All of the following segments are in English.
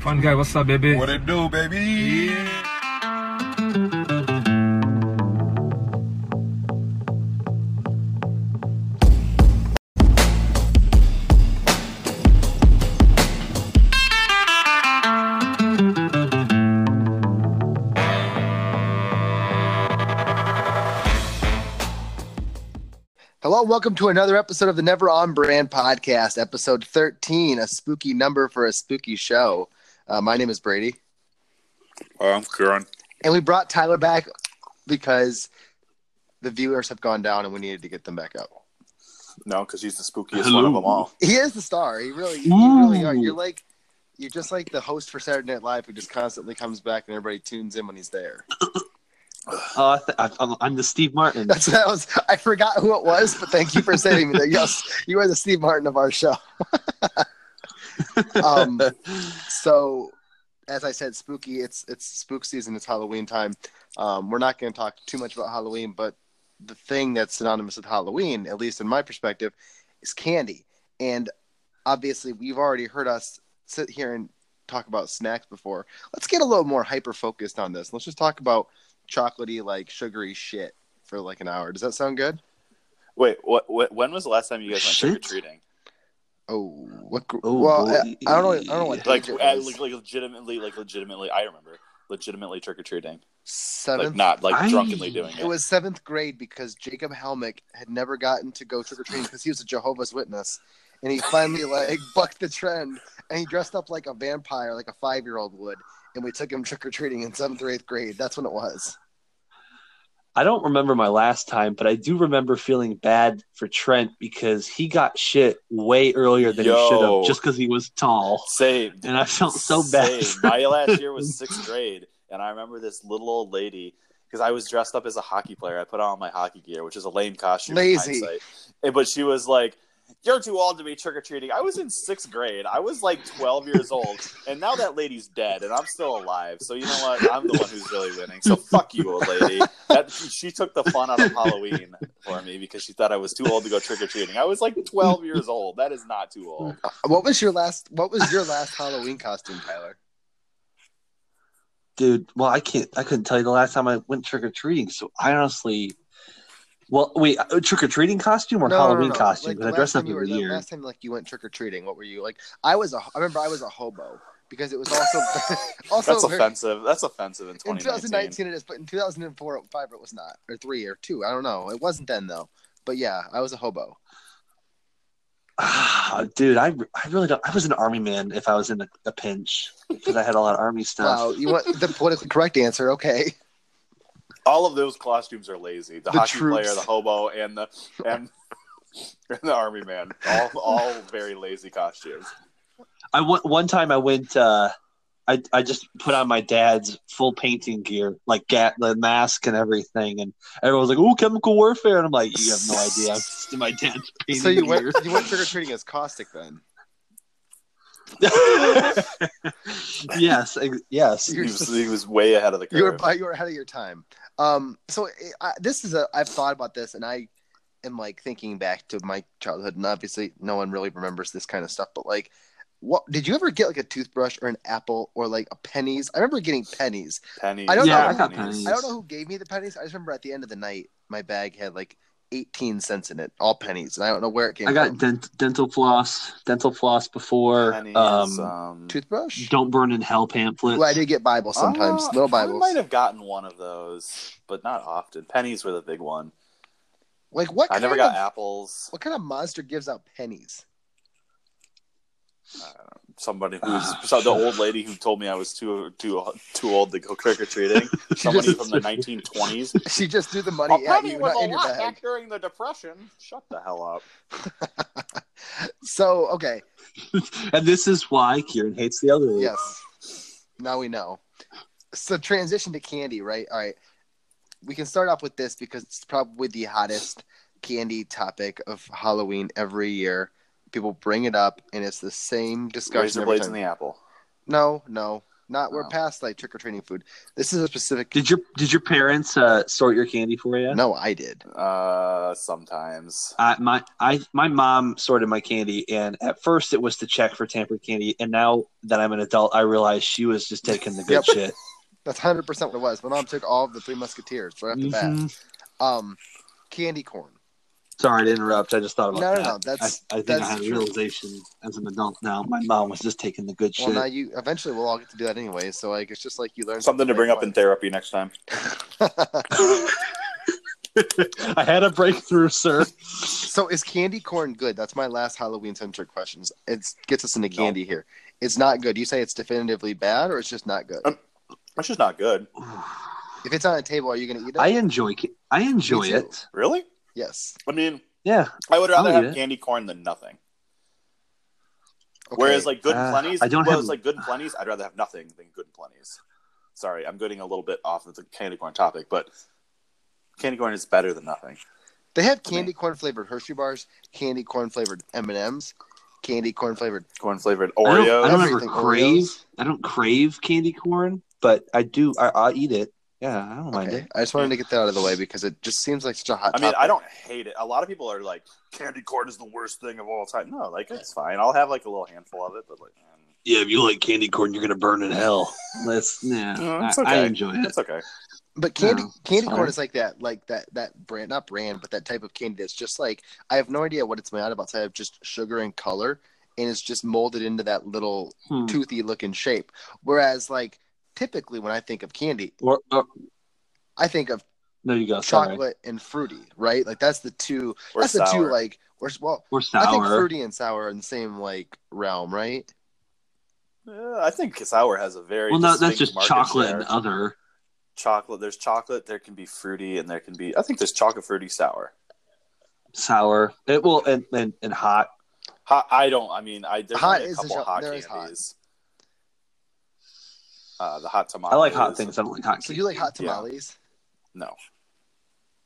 Fun guy, what's up, baby? What it do, baby? Hello, and welcome to another episode of the Never On Brand podcast, episode 13, a spooky number for a spooky show. Uh, my name is Brady, Well, I'm Kieran. and we brought Tyler back because the viewers have gone down and we needed to get them back up. No, because he's the spookiest Hello. one of them all. He is the star. He really, you really are. You're like, you're just like the host for Saturday Night Live who just constantly comes back and everybody tunes in when he's there. Oh, I th- I- I'm- I'm the Steve Martin. That's that was. I forgot who it was, but thank you for saving me. There. Yes, you are the Steve Martin of our show. um, so, as I said, spooky. It's it's spook season. It's Halloween time. Um, we're not going to talk too much about Halloween, but the thing that's synonymous with Halloween, at least in my perspective, is candy. And obviously, we've already heard us sit here and talk about snacks before. Let's get a little more hyper focused on this. Let's just talk about chocolatey, like sugary shit for like an hour. Does that sound good? Wait, what, what? When was the last time you guys went Shit. trick or treating? Oh, what? gr- Oh, well, boy. I, I don't know. I don't know what Like, page it uh, was. like, like legitimately, like legitimately. I remember legitimately trick or treating, seventh. like not like I- drunkenly doing It it. was seventh grade because Jacob Helmick had never gotten to go trick or treating because he was a Jehovah's Witness, and he finally like bucked the trend and he dressed up like a vampire, like a five year old would, and we took him trick or treating in seventh or eighth grade. That's when it was. I don't remember my last time, but I do remember feeling bad for Trent because he got shit way earlier than he Yo. should have just because he was tall. Saved. And I felt so bad. Saved. My last year was sixth grade, and I remember this little old lady because I was dressed up as a hockey player. I put on my hockey gear, which is a lame costume. in Lazy. hindsight. And- But she was like. You're too old to be trick or treating. I was in sixth grade. I was like 12 years old, and now that lady's dead, and I'm still alive. So you know what? I'm the one who's really winning. So fuck you, old lady. That she took the fun out of Halloween for me because she thought I was too old to go trick or treating. I was like 12 years old. That is not too old. What was your last? What was your last Halloween costume, Tyler? Dude, well, I can't, I couldn't tell you the last time I went trick or treating. So I honestly, well, wait, trick or treating costume or Halloween costume? Like, Because the I dress last up time you were- every the year. Last time, like you went trick or treating, what were you like? I was a. I remember I was a hobo because it was also also That's very- offensive. That's offensive in in 2019. 2019 it is, but in 2004 or five it was not, or three or two. I don't know. It wasn't then though. But yeah, I was a hobo. Ah, dude, I, I really don't. I was an army man if I was in a, a pinch because I had a lot of army stuff. Wow, you want the politically correct answer? Okay. All of those costumes are lazy. The, The hockey troops. player, the hobo, and the and, and the army man. All all very lazy costumes. I went one time. I went. Uh, I I just put on my dad's full painting gear, like gat, the mask and everything, and everyone was like, "Oh, chemical warfare," and I'm like, "You have no idea." I'm just in my dad's painting So you gear. went you went trick or treating as caustic then? yes, ex- yes. He You're was, just- he was way ahead of the curve. You were but you were ahead of your time. Um, so I, I- this is a I've thought about this, and I am like thinking back to my childhood, and obviously no one really remembers this kind of stuff. But like, what did you ever get like a toothbrush or an apple or like a pennies? I remember getting pennies. Pennies, I don't know. Yeah, I got pennies. I don't know who gave me the pennies. I just remember at the end of the night, my bag had like 18 cents in it, all pennies, and I don't know where it came I got from. dent- dental floss, dental floss before. Pennies, um, um, Toothbrush? don't burn in hell pamphlet. Well, I did get Bible sometimes, uh, little I Bibles. might have gotten one of those, but not often. Pennies were the big one. Like what? I kind never got of, apples. What kind of monster gives out pennies? Somebody who's so the old lady who told me I was too too too old to go trick or treating. Somebody from the 1920s She just threw the money at you, not in your bag. during the depression. Shut the hell up. So okay, and this is why Kieran hates the elderly. Yes. Now we know. So transition to candy, right? All right. We can start off with this because it's probably the hottest candy topic of Halloween every year. People bring it up, and it's the same discussion. Razor Every blades in time. the Oh. apple. No, no, Not we're Wow. past like trick or treating food. This is a specific. Did your Did your parents uh, sort your candy for you? No, I did. Uh, sometimes. I, my I my mom sorted my candy, and at first it was to check for tampered candy, and now that I'm an adult, I realize she was just taking the good Yep. shit. That's hundred percent what it was. My mom took all of the Three Musketeers right off the bat. Mhm. Um, candy corn. Sorry to interrupt. I just thought about No, no, that. no. That's I, I think that's I had a true. realization as an adult now. My mom was just taking the good Well, shit. now you eventually we'll all get to do that anyway. So like it's just like you learn Something to bring up in therapy next time. I had a breakthrough, sir. So is candy corn good? That's my last Halloween centric questions. It gets us into candy here. It's not good. You say it's definitively bad, or it's just not good. Um, That's just not good. If it's on a table, are you going to eat it? I enjoy ca- I enjoy Me too. it. Really? yes. I mean, Oh, Yeah. I would I'll rather eat have it. candy corn than nothing. Okay. Whereas like good and Uh, plenties, I don't well, have- it's like good and plenties. I'd rather have nothing than good and plenties. Sorry, I'm getting a little bit off of the candy corn topic, but candy corn is better than nothing. they have candy corn flavored Hershey bars, candy corn flavored M and M's, candy corn flavored Corn flavored I don't, I Oreo. don't ever Everything, crave. Oreos. I don't crave candy corn, but I do. I, I'll eat it. Yeah, I don't mind Okay. it. I just wanted to get that out of the way because it just seems like such a hot. I mean, I topic. don't hate it. A lot of people are like, candy corn is the worst thing of all time. No, like it's fine. I'll have like a little handful of it, but like, mm, Yeah, if you like candy corn, you're gonna burn in hell. That's yeah. No, I, Oh, it's I okay. enjoy it. it's okay. But candy, No, it's candy fine. corn is like that, like that, that brand, not brand, but that type of candy that's just like I have no idea what it's made out of outside of just sugar and color, and it's just molded into that little Hmm. toothy looking shape. Whereas, like typically when I think of candy, Or, or- I think of no, you go. Sorry. chocolate and fruity, right? Like that's the two. Or that's sour. the two. Like, or well, Or I think sour. fruity and sour are in the same like realm, right? Yeah, I think sour has a very Well, no, that's distinct just market chocolate share. and other. chocolate. There's chocolate. There can be fruity, and there can be. I think there's chocolate fruity sour. sour. It will and and, and hot. Hot, I don't. I mean, I there's Hot only a is a couple jo- hot there is hot. candies. Uh, the hot tamale. I like hot things. I don't like hot. So candy. you like hot Yeah. tamales, No,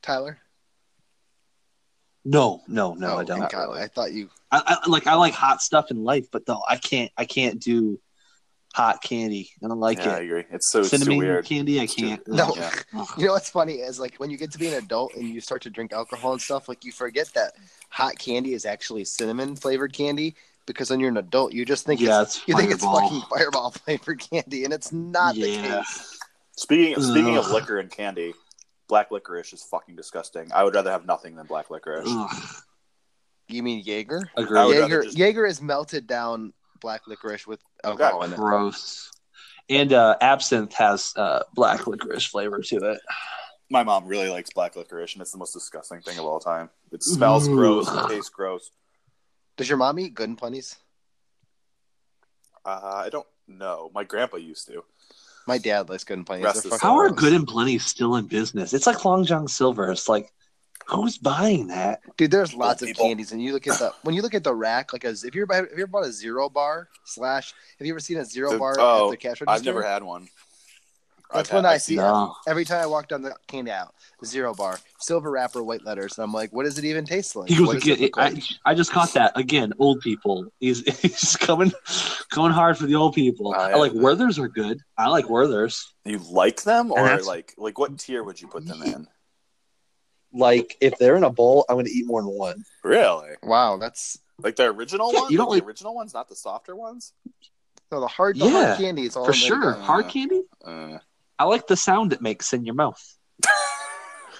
Tyler? No, no, no, Oh, I don't. thank God. really. I thought you. I, I like I like hot stuff in life, but though I can't I can't do hot candy. I don't like yeah, I it. agree. It's so, it's so Cinnamon weird. candy, I It's too- can't. No. Yeah. Ugh. You know what's funny is like when you get to be an adult and you start to drink alcohol and stuff, like you forget that hot candy is actually cinnamon flavored candy because when you're an adult, you just think yeah, it's, it's you think it's Fireball. fucking fireball flavored candy, and it's not the Yeah. case. Speaking of, speaking of Ugh. liquor and candy, black licorice is fucking disgusting. I would rather have nothing than black licorice. Ugh. You mean Jaeger? Agreed. I would rather Jaeger, just- Jaeger is melted down black licorice with alcohol in it. Gross. And uh, absinthe has uh, black licorice flavor to it. My mom really likes black licorice, and it's the most disgusting thing of all time. It smells Ooh. gross. It tastes gross. Does your mom eat good and plenties? Uh, I don't know. My grandpa used to. My dad likes good and plenties. Rest They're is- fucking How are gross. Good and Plenty still in business? It's like Long John Silver. It's like, who's buying that? Dude, there's lots of people. candies, and you look at the when you look at the rack, like a, if you're if you ever bought a zero bar slash, have you ever seen a zero The- bar oh, at the cash register? I've never had one. That's I've when had- I see No. every time I walk down the candy aisle, zero bar, silver wrapper, white letters, and I'm like, what does it even taste like? He goes What does it again. look I, like? I just caught that again. Old people. He's, he's coming, coming hard for the old people. I- I, like Werthers are good. I like Werthers. You like them, And or that's- like like what tier would you put them in? Like if they're in a bowl, I'm going to eat more than one. Really? wow, that's Like the original Yeah, ones? you don't like, like- the original ones, not the softer ones. no the hard the Yeah, hard candy is all for I'm gonna sure. go. Hard candy. Uh, I like the sound it makes in your mouth.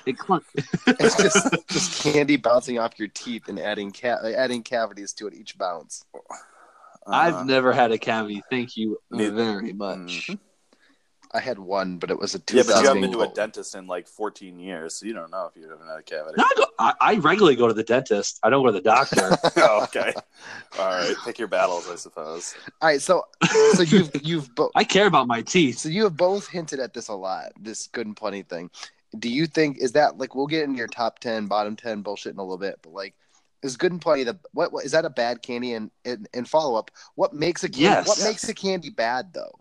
It clunk. It's just just candy bouncing off your teeth and adding ca- adding cavities to it each bounce. uh, I've never had a cavity. Thank you Me- very much. Mhm. I had one, but it was a two. yeah, but you haven't being been to a dentist in like 14 years, so you don't know if you haven't had a cavity. No, I, go, I, I regularly go to the dentist. I don't go to the doctor. oh, okay. All right. Pick your battles, I suppose. All right, so so you've you've both. I care about my teeth. So you have both hinted at this a lot, this good and plenty thing. Do you think is that like we'll get into your top ten, bottom ten bullshit in a little bit, but like is good and plenty the what, what is that a bad candy? And and, and follow up, what makes a candy, Yes. what makes a candy bad though?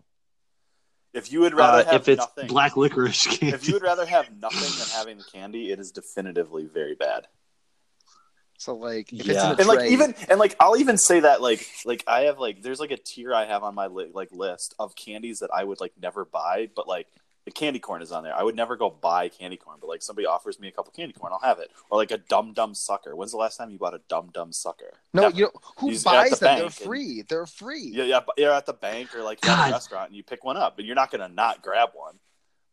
If you would Uh, rather have if it's nothing, black licorice candy, if you would rather have nothing than having the candy, it is definitively very bad. So like, if Yeah. it's in and a like tray, even and like I'll even say that like like I have like there's like a tier I have on my li- like list of candies that I would like never buy, but like the candy corn is on there. I would never go buy candy corn, but like somebody offers me a couple candy corn, I'll have it. Or like a dum dum sucker. When's the last time you bought a dum dum sucker? no, Never. you know, who He's at buys the them? They're bank and- free. They're free. Yeah, yeah, but you're at the bank or like you're at God. a restaurant and you pick one up, and you're not gonna not grab one.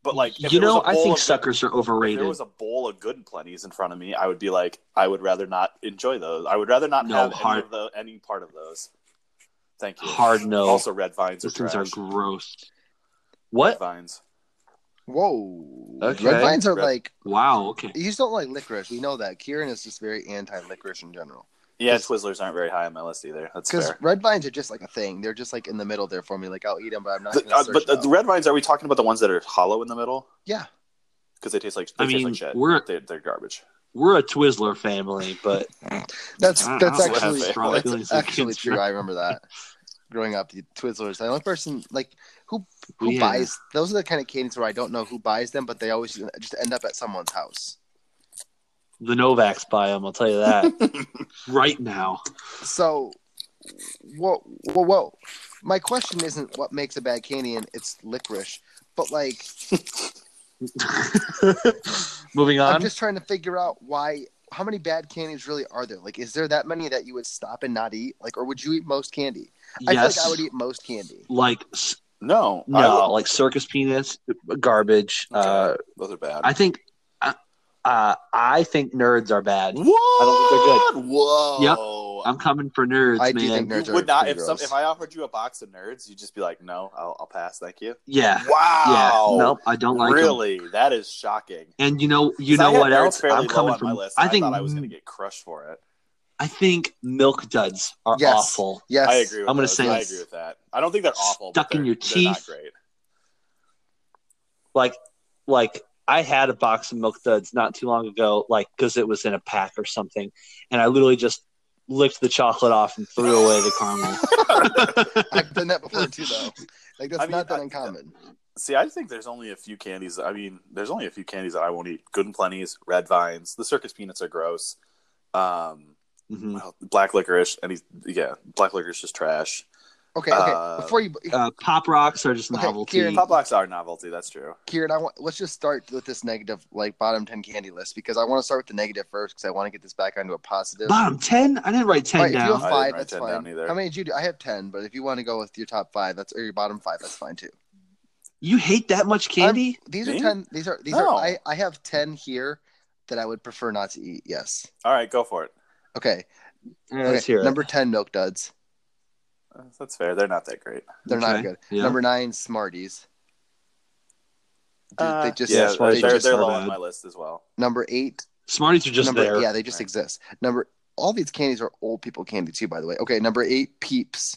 But like, if you there was know, a I bowl think of- suckers are If there overrated. was a bowl of good and plenties in front of me, I would be like, I would rather not enjoy those. I would rather not No, have hard- any of the any part of those. Thank you. Hard no. Also, red vines are Those things trash. are gross. red What? vines? Whoa. Okay. Red vines are Red- like Wow. Okay. you just don't like licorice. We know that. Kieran is just very anti-licorice in general. Yeah, Twizzlers aren't very high on my list either. That's Because fair. red vines are just like a thing. They're just like in the middle there for me. Like I'll eat them, but I'm not. The- gonna uh, search but it the, out. the red vines, are we talking about the ones that are hollow in the middle? yeah, Because they taste like they I taste mean, like shit. we're- They're, they're garbage. We're a Twizzler family, but that's I- I that's don't have actually strong that's feelings against actually red- true. I remember that growing up. The Twizzlers. The only person like who who Yeah. buys those are the kind of candies where I don't know who buys them, but they always just end up at someone's house. the Novaks buy them. I'll tell you that right now. So, whoa, whoa, whoa. My question isn't what makes a bad candy, and it's licorice. But like, Moving I'm on. just trying to figure out why. How many bad candies really are there? Like, is there that many that you would stop and not eat? Like, or would you eat most candy? I feel like yes. I would eat most candy. like s- No, I no, would- like circus peanuts, garbage. Okay. Uh, those are bad. I think. Uh, uh, I think nerds are bad. what? I don't think they're good. Whoa. I'm coming for nerds, I man. do think nerds you are would not pretty if some gross. if I offered you a box of nerds, you'd just be like, no, I'll, I'll pass. Thank you. yeah. Wow. Yeah. Nope. I don't like 'em. really? That is shocking. And you know, you 'Cause I know had what Nerds else? fairly I'm low coming on from. my list. I and I, think. thought I was going to get crushed for it. I think milk duds are Yes. awful. Yes, I agree. With I'm gonna those. say I this. agree with that. I don't think they're awful. but Stuck in they're- your they're not teeth. great. Like, like I had a box of milk duds not too long ago, like because it was in a pack or something, and I literally just licked the chocolate off and threw away the caramel. I've done that before too, though. Like, that's I mean, not that I- uncommon. See, I think there's only a few candies. I mean, there's only a few candies that I won't eat. Good and Plenty's, Red Vines, the Circus Peanuts are gross. Um, Mhm. well, black licorice, and he's yeah, black licorice is trash. Okay, okay. Uh, Before you, Uh, Pop rocks are just Okay, novelty. Kieran, Pop blocks are novelty. That's true. Kieran, I want let's just start with this negative, like bottom ten candy list, because I want to start with the negative first, because I want to get this back onto a positive. Bottom ten. I didn't write ten All right, if you I have down. didn't five, write that's 10 fine. down either. How many did you do? I have ten, but if you want to go with your top five, that's or your bottom five, that's fine too. You hate that much candy? These Me? are ten. These are these No. are. I I have ten here that I would prefer not to eat. Yes. All right, go for it. Okay. Yeah, okay. Let's hear it. Number ten, Milk Duds. Uh, That's fair. They're not that great. They're Okay, not good. yeah. Number nine, Smarties. Dude, Uh, they just, yeah, why they're, they it's they're, just they're not low on bad. my list as well. number eight. Smarties are just number there. yeah, they just Right. exist. Number all these candies are old people candy too, by the way. Okay, number eight, Peeps.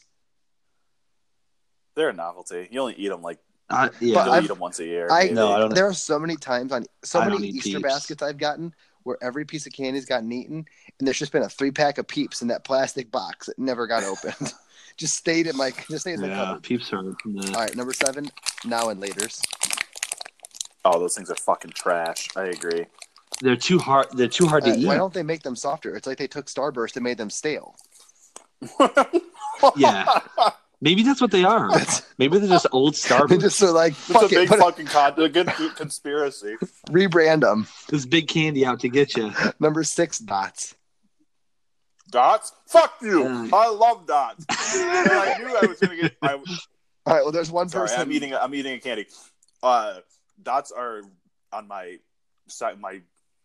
They're a novelty. You only eat them like I, yeah. But you only I've- eat them once a year. I maybe. No, I don't- There are so many times on so I don't many eat Easter Peeps. baskets I've gotten where every piece of candy's gotten eaten, and there's just been a three pack of Peeps in that plastic box that never got opened. just stayed in my just stayed in my yeah, cupboard. peeps are. nah. All right, number seven, now and later's. Oh, those things are fucking trash. I agree. They're too hard. They're too hard to Uh, eat. why don't they make them softer? It's like they took Starburst and made them stale. Yeah. Maybe that's what they are. That's- Maybe they're just old they Starbucks. just are like It's a fuck it, big put it, fucking con- a good conspiracy. rebrand them. this big candy out to get you. Number six, dots. Dots? Fuck you! Mm. I love dots. And I knew I was gonna get. I, All right, well, there's one sorry, person. I'm eating. I'm eating a candy. Uh, dots are on my side. My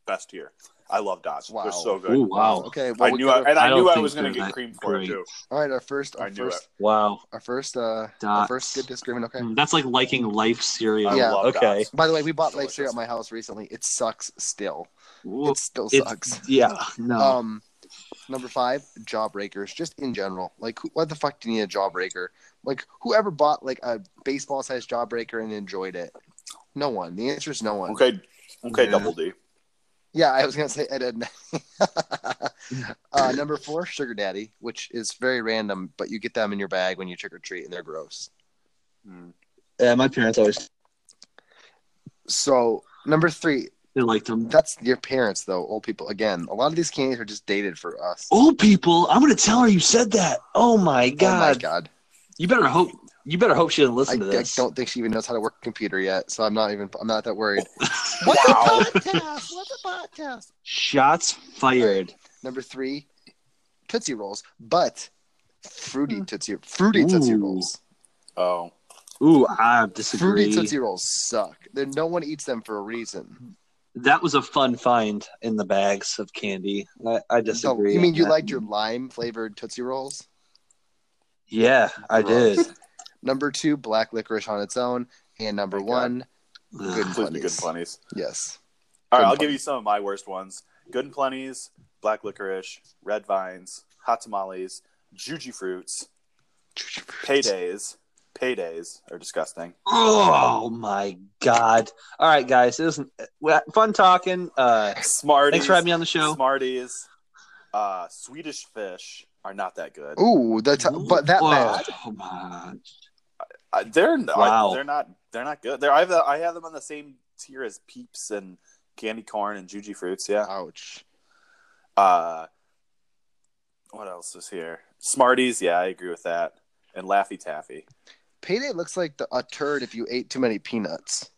best tier. I love dots. Wow. They're so good. Ooh, wow. Okay, well, I we knew, I, gotta- and I, I don't knew I think was gonna they're get that cream for great. it too. All right, our first, our I knew it. first, Wow. our first, uh, our Dots. first good discriminant. Okay. Mm, That's like liking life cereal. I Yeah. love Okay. dots. By the way, we bought Delicious. Life cereal at my house recently. It sucks still. Well, it still it's- sucks. yeah. No. Um, number five, jawbreakers. Just in general, like, who, why the fuck do you need a jawbreaker? Like, whoever bought like a baseball-sized jawbreaker and enjoyed it? No one. The answer is no one. Okay. Okay. Yeah. Double D. Yeah, I was gonna say Ed Ed. uh, number four, sugar daddy, which is very random, but you get them in your bag when you trick or treat, and they're gross. Mm. yeah, my parents always. So number three, They liked them. That's your parents, though. Old people. Again, a lot of these candies are just dated for us. Old people, I'm gonna tell her you said that. Oh my god. Oh my god! You better hope you better hope she doesn't I, listen to I this. don't think she even knows how to work a computer yet, so I'm not even. I'm not that worried. Wow. podcast? What's a podcast? Shots fired. Number three, Tootsie Rolls, but fruity Tootsie fruity Tootsie Ooh. Rolls. Oh, Ooh, I Fruity disagree. Tootsie Rolls suck. There, no one eats them for a reason. That was a fun find in the bags of candy. I, I So, disagree. Oh, you mean on you that. liked your lime flavored Tootsie Rolls? Yeah, I did. Number two, black licorice on its own, and number Oh Thank God. one, good please be good funnies. funnies. Yes. All right, Good I'll give you some of my worst ones: Good and Plenty's, Black Licorice, Red Vines, Hot Tamales, Juji Fruits, Paydays. Paydays are disgusting. oh my god. All right, guys. It was well, fun talking. Uh Smarties. thanks for having me on the show. Smarties. Uh, Swedish fish are not that good. Ooh, the t- but that Whoa. bad. Oh my. Uh, they're n- I- Wow. they're not they're not good. They're I have the, I have them on the same tier as Peeps and Candy Corn and Juji Fruits. Yeah. Ouch. Uh, what else is here? Smarties. Yeah, I agree with that. And Laffy Taffy. Payday looks like the, a turd if you ate too many peanuts.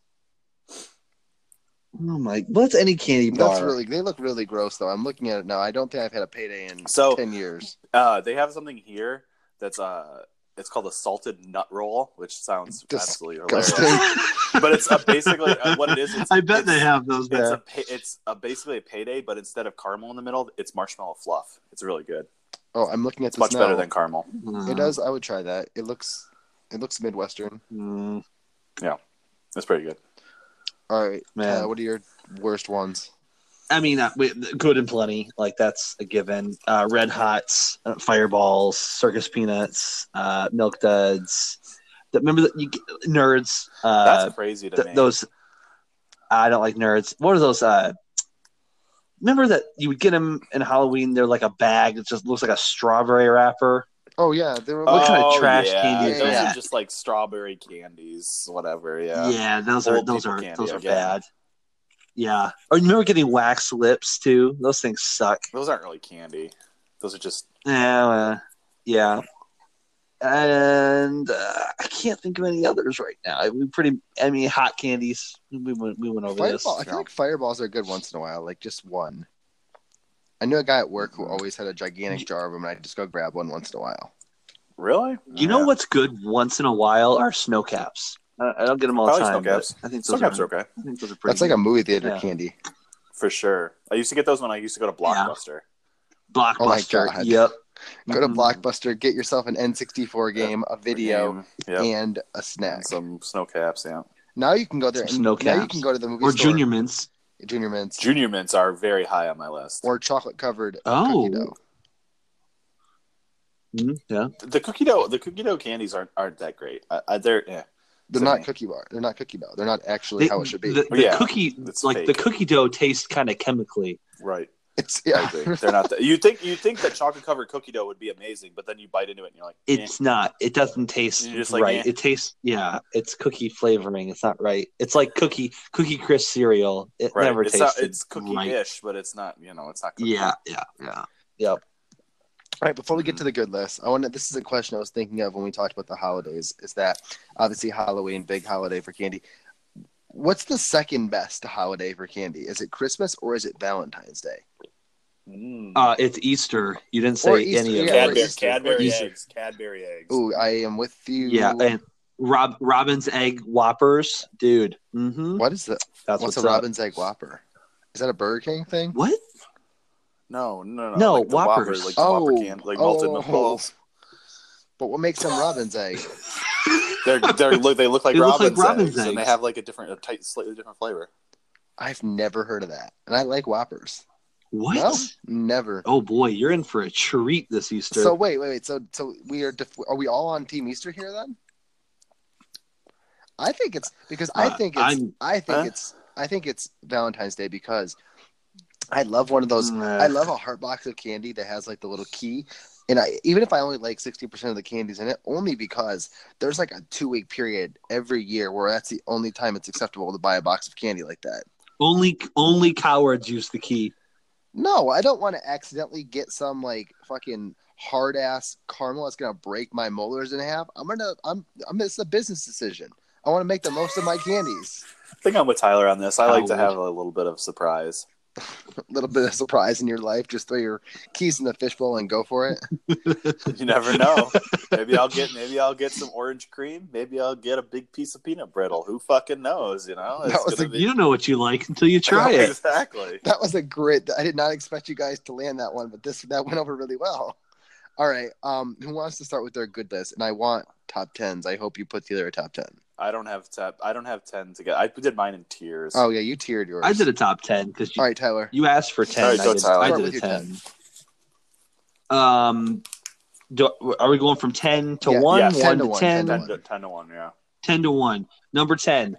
Oh my. What's any candy bar? That's really. They look really gross though. I'm looking at it now. I don't think I've had a payday in So- ten years. Uh, they have something here that's uh, it's called a salted nut roll, which sounds absolutely hilarious. Disgusting. but it's uh basically uh, what it is. It's, I bet it's- they have those It's there. a pay, it's a, basically a payday, but instead of caramel in the middle, it's marshmallow fluff. It's really good. Oh, I'm looking at It's this much now. better than caramel. It does. I would try that. It looks, it looks midwestern. Mm, That's pretty good. All right, man. Uh, what are your worst ones? I mean, uh, we- good and plenty. Like that's a given. Uh, Red Hots, uh, Fireballs, Circus Peanuts, uh, Milk Duds. The- Remember the you, nerds? That's Uh, crazy to th- me. those. I don't like nerds. What are those? Uh, remember that you would get them in Halloween. They're like a bag that just looks like a strawberry wrapper. Oh yeah, they were. Uh, what kind of trash Oh, yeah. candy is Those that? are just like strawberry candies, whatever. Yeah, Yeah. those Old are those people are candy, those I are guess. bad. Yeah, or you remember getting wax lips too? Those things suck. Those aren't really candy. Those are just Yeah, well, uh, yeah. And uh, I can't think of any others right now. I- We pretty, I mean, hot candies. We went, we went over Fireball. I this. feel like fireballs are good once in a while, like just one. I knew a guy at work who always had a gigantic jar of them, and I'd just go grab one once in a while. really. You know what's good once in a while are snow caps. I, I don't get them all I the like time. snow caps. but I think those Sometimes are, are okay I think those are pretty. That's like a movie theater Yeah. candy. for sure. I used to get those when I used to go to Blockbuster. a blockbuster. Oh my God. Yep. Go to Mhm. Blockbuster, get yourself an N64 game, a video, Yeah. and a snack. Some snow caps. Yeah. Now you can go there. Some And snow now you caps. can go to the movie Or store, junior mints. Junior Mints, Junior mints are very high on my list. or chocolate covered Oh. cookie dough. Mhm, Yeah. the cookie dough, the cookie dough candies aren't aren't that great. I, I, they're yeah. They're Same. not cookie bar. They're not cookie dough. They're not actually They- how it should be. The, the Oh, Yeah, cookie, it's like the fake. cookie dough tastes kind of chemically. Right. it's I yeah. agree. They're not. That, you think you think that chocolate covered cookie dough would be amazing, but then you bite into it and you're like, eh. It's not. It doesn't taste You're just like, right. eh. It tastes yeah. It's cookie flavoring. It's not right. It's like cookie cookie crisp cereal. It "Eh, right. never it's tasted. not, it's cookie right. ish, but it's not. You know, it's not. Cookie. Yeah, yeah, yeah. All right, before we get to the good list, I want to. This is a question I was thinking of when we talked about the holidays. Is that obviously Halloween, big holiday for candy? What's the second best holiday for candy? Is it Christmas or is it Valentine's Day? Mm. Uh, it's Easter. You didn't Or say Easter, any of yeah, or those. Cadbury, Easter. Cadbury Easter. eggs. Cadbury eggs. Ooh, I am with you. Yeah, and Rob Robin's egg whoppers, dude. Mm-hmm. What is the That's what's what's, a up. Robin's egg Whopper? Is that a Burger King thing? What? No, no, no. No, like the Whopper, Whoppers. like the Whopper Oh, can, like oh. melted meatballs. But what makes them Robin's egg? They're, they're look. They look like They look Robin's, like Robin's eggs, and they eggs. have like a different, a tight, slightly different flavor. I've never heard of that, and I like Whoppers. What? No, never. Oh boy, you're in for a treat this Easter. So wait, wait, wait. So so we are def- are we all on Team Easter here then? I think it's because I Uh, think it's I'm- i think huh? it's I think it's Valentine's Day because I love one of those. Nah. I love a heart box of candy that has like the little key, and I even if I only like sixty percent of the candies in it, only because there's like a two week period every year where that's the only time it's acceptable to buy a box of candy like that. Only only cowards use the key. No, I don't want to accidentally get some like fucking hard ass caramel that's gonna break my molars in half. I'm gonna I'm I'm it's a business decision. I want to make the most of my candies. I think I'm with Tyler on this. I like to Halloween. have a little bit of surprise. A little bit of surprise in your life. Just throw your keys in the fishbowl and go for it. You never know. maybe I'll get maybe I'll get some orange cream. Maybe I'll get a big piece of peanut brittle. Who fucking knows? You know, That was gonna You don't know what you like until you try it. Exactly. That was a great. I did not expect you guys to land that one, but this that went over really well. All right, um, who wants to start with their good list? And I want top tens. I hope you put together a top ten. I don't have tap. I don't have ten to get. I did mine in tears. Oh yeah, you tiered yours. I did a top ten because you, All right, Tyler. you asked for ten. All right, I go, did, Tyler. I Start did with a your ten. Um, do, are we going from ten to Yeah, one? yeah, 10 one to to one, 10, 10 ten to, 10 to one. Yeah. to one. Number ten,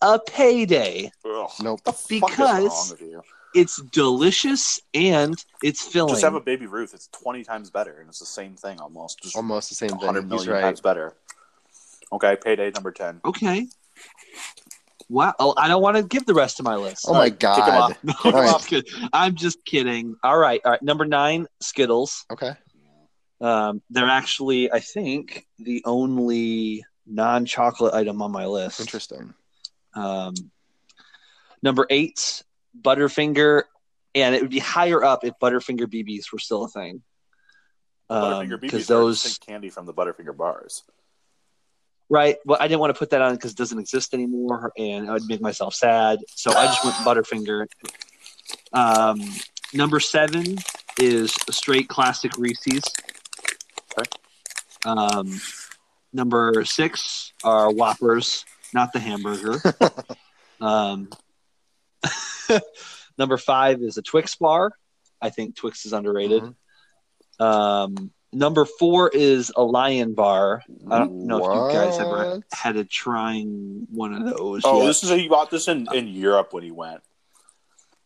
a payday. Ugh. Nope. What the fuck is wrong Because- with you? It's delicious and it's filling. Just have a baby Ruth. It's twenty times better, and it's the same thing almost. Just Almost the same hundred thing. He's million right. times better. Okay, payday number ten. okay. Wow, oh, I don't want to give the rest of my list. Oh my Alright, kick him god. off. No, All I'm, right. just kidding. I'm just kidding. All right, all right. Number nine, Skittles. Okay. Um, they're actually, I think, the only non-chocolate item on my list. Interesting. Um, number eight, Butterfinger, and it would be higher up if Butterfinger BBs were still a thing. Butterfinger Because BBs are Um, those, distinct candy from the Butterfinger bars. right? Well, I didn't want to put that on because it doesn't exist anymore, and I would make myself sad. So I just went Butterfinger. Um, number seven is straight classic Reese's. Okay. Um, number six are Whoppers, not the hamburger. um, number five is a Twix bar. I think Twix is underrated. Mhm. Um, number four is a Lion bar. I don't know if you guys ever What? had a trying one of those. Oh, yet. this is he bought this in in Europe when he went,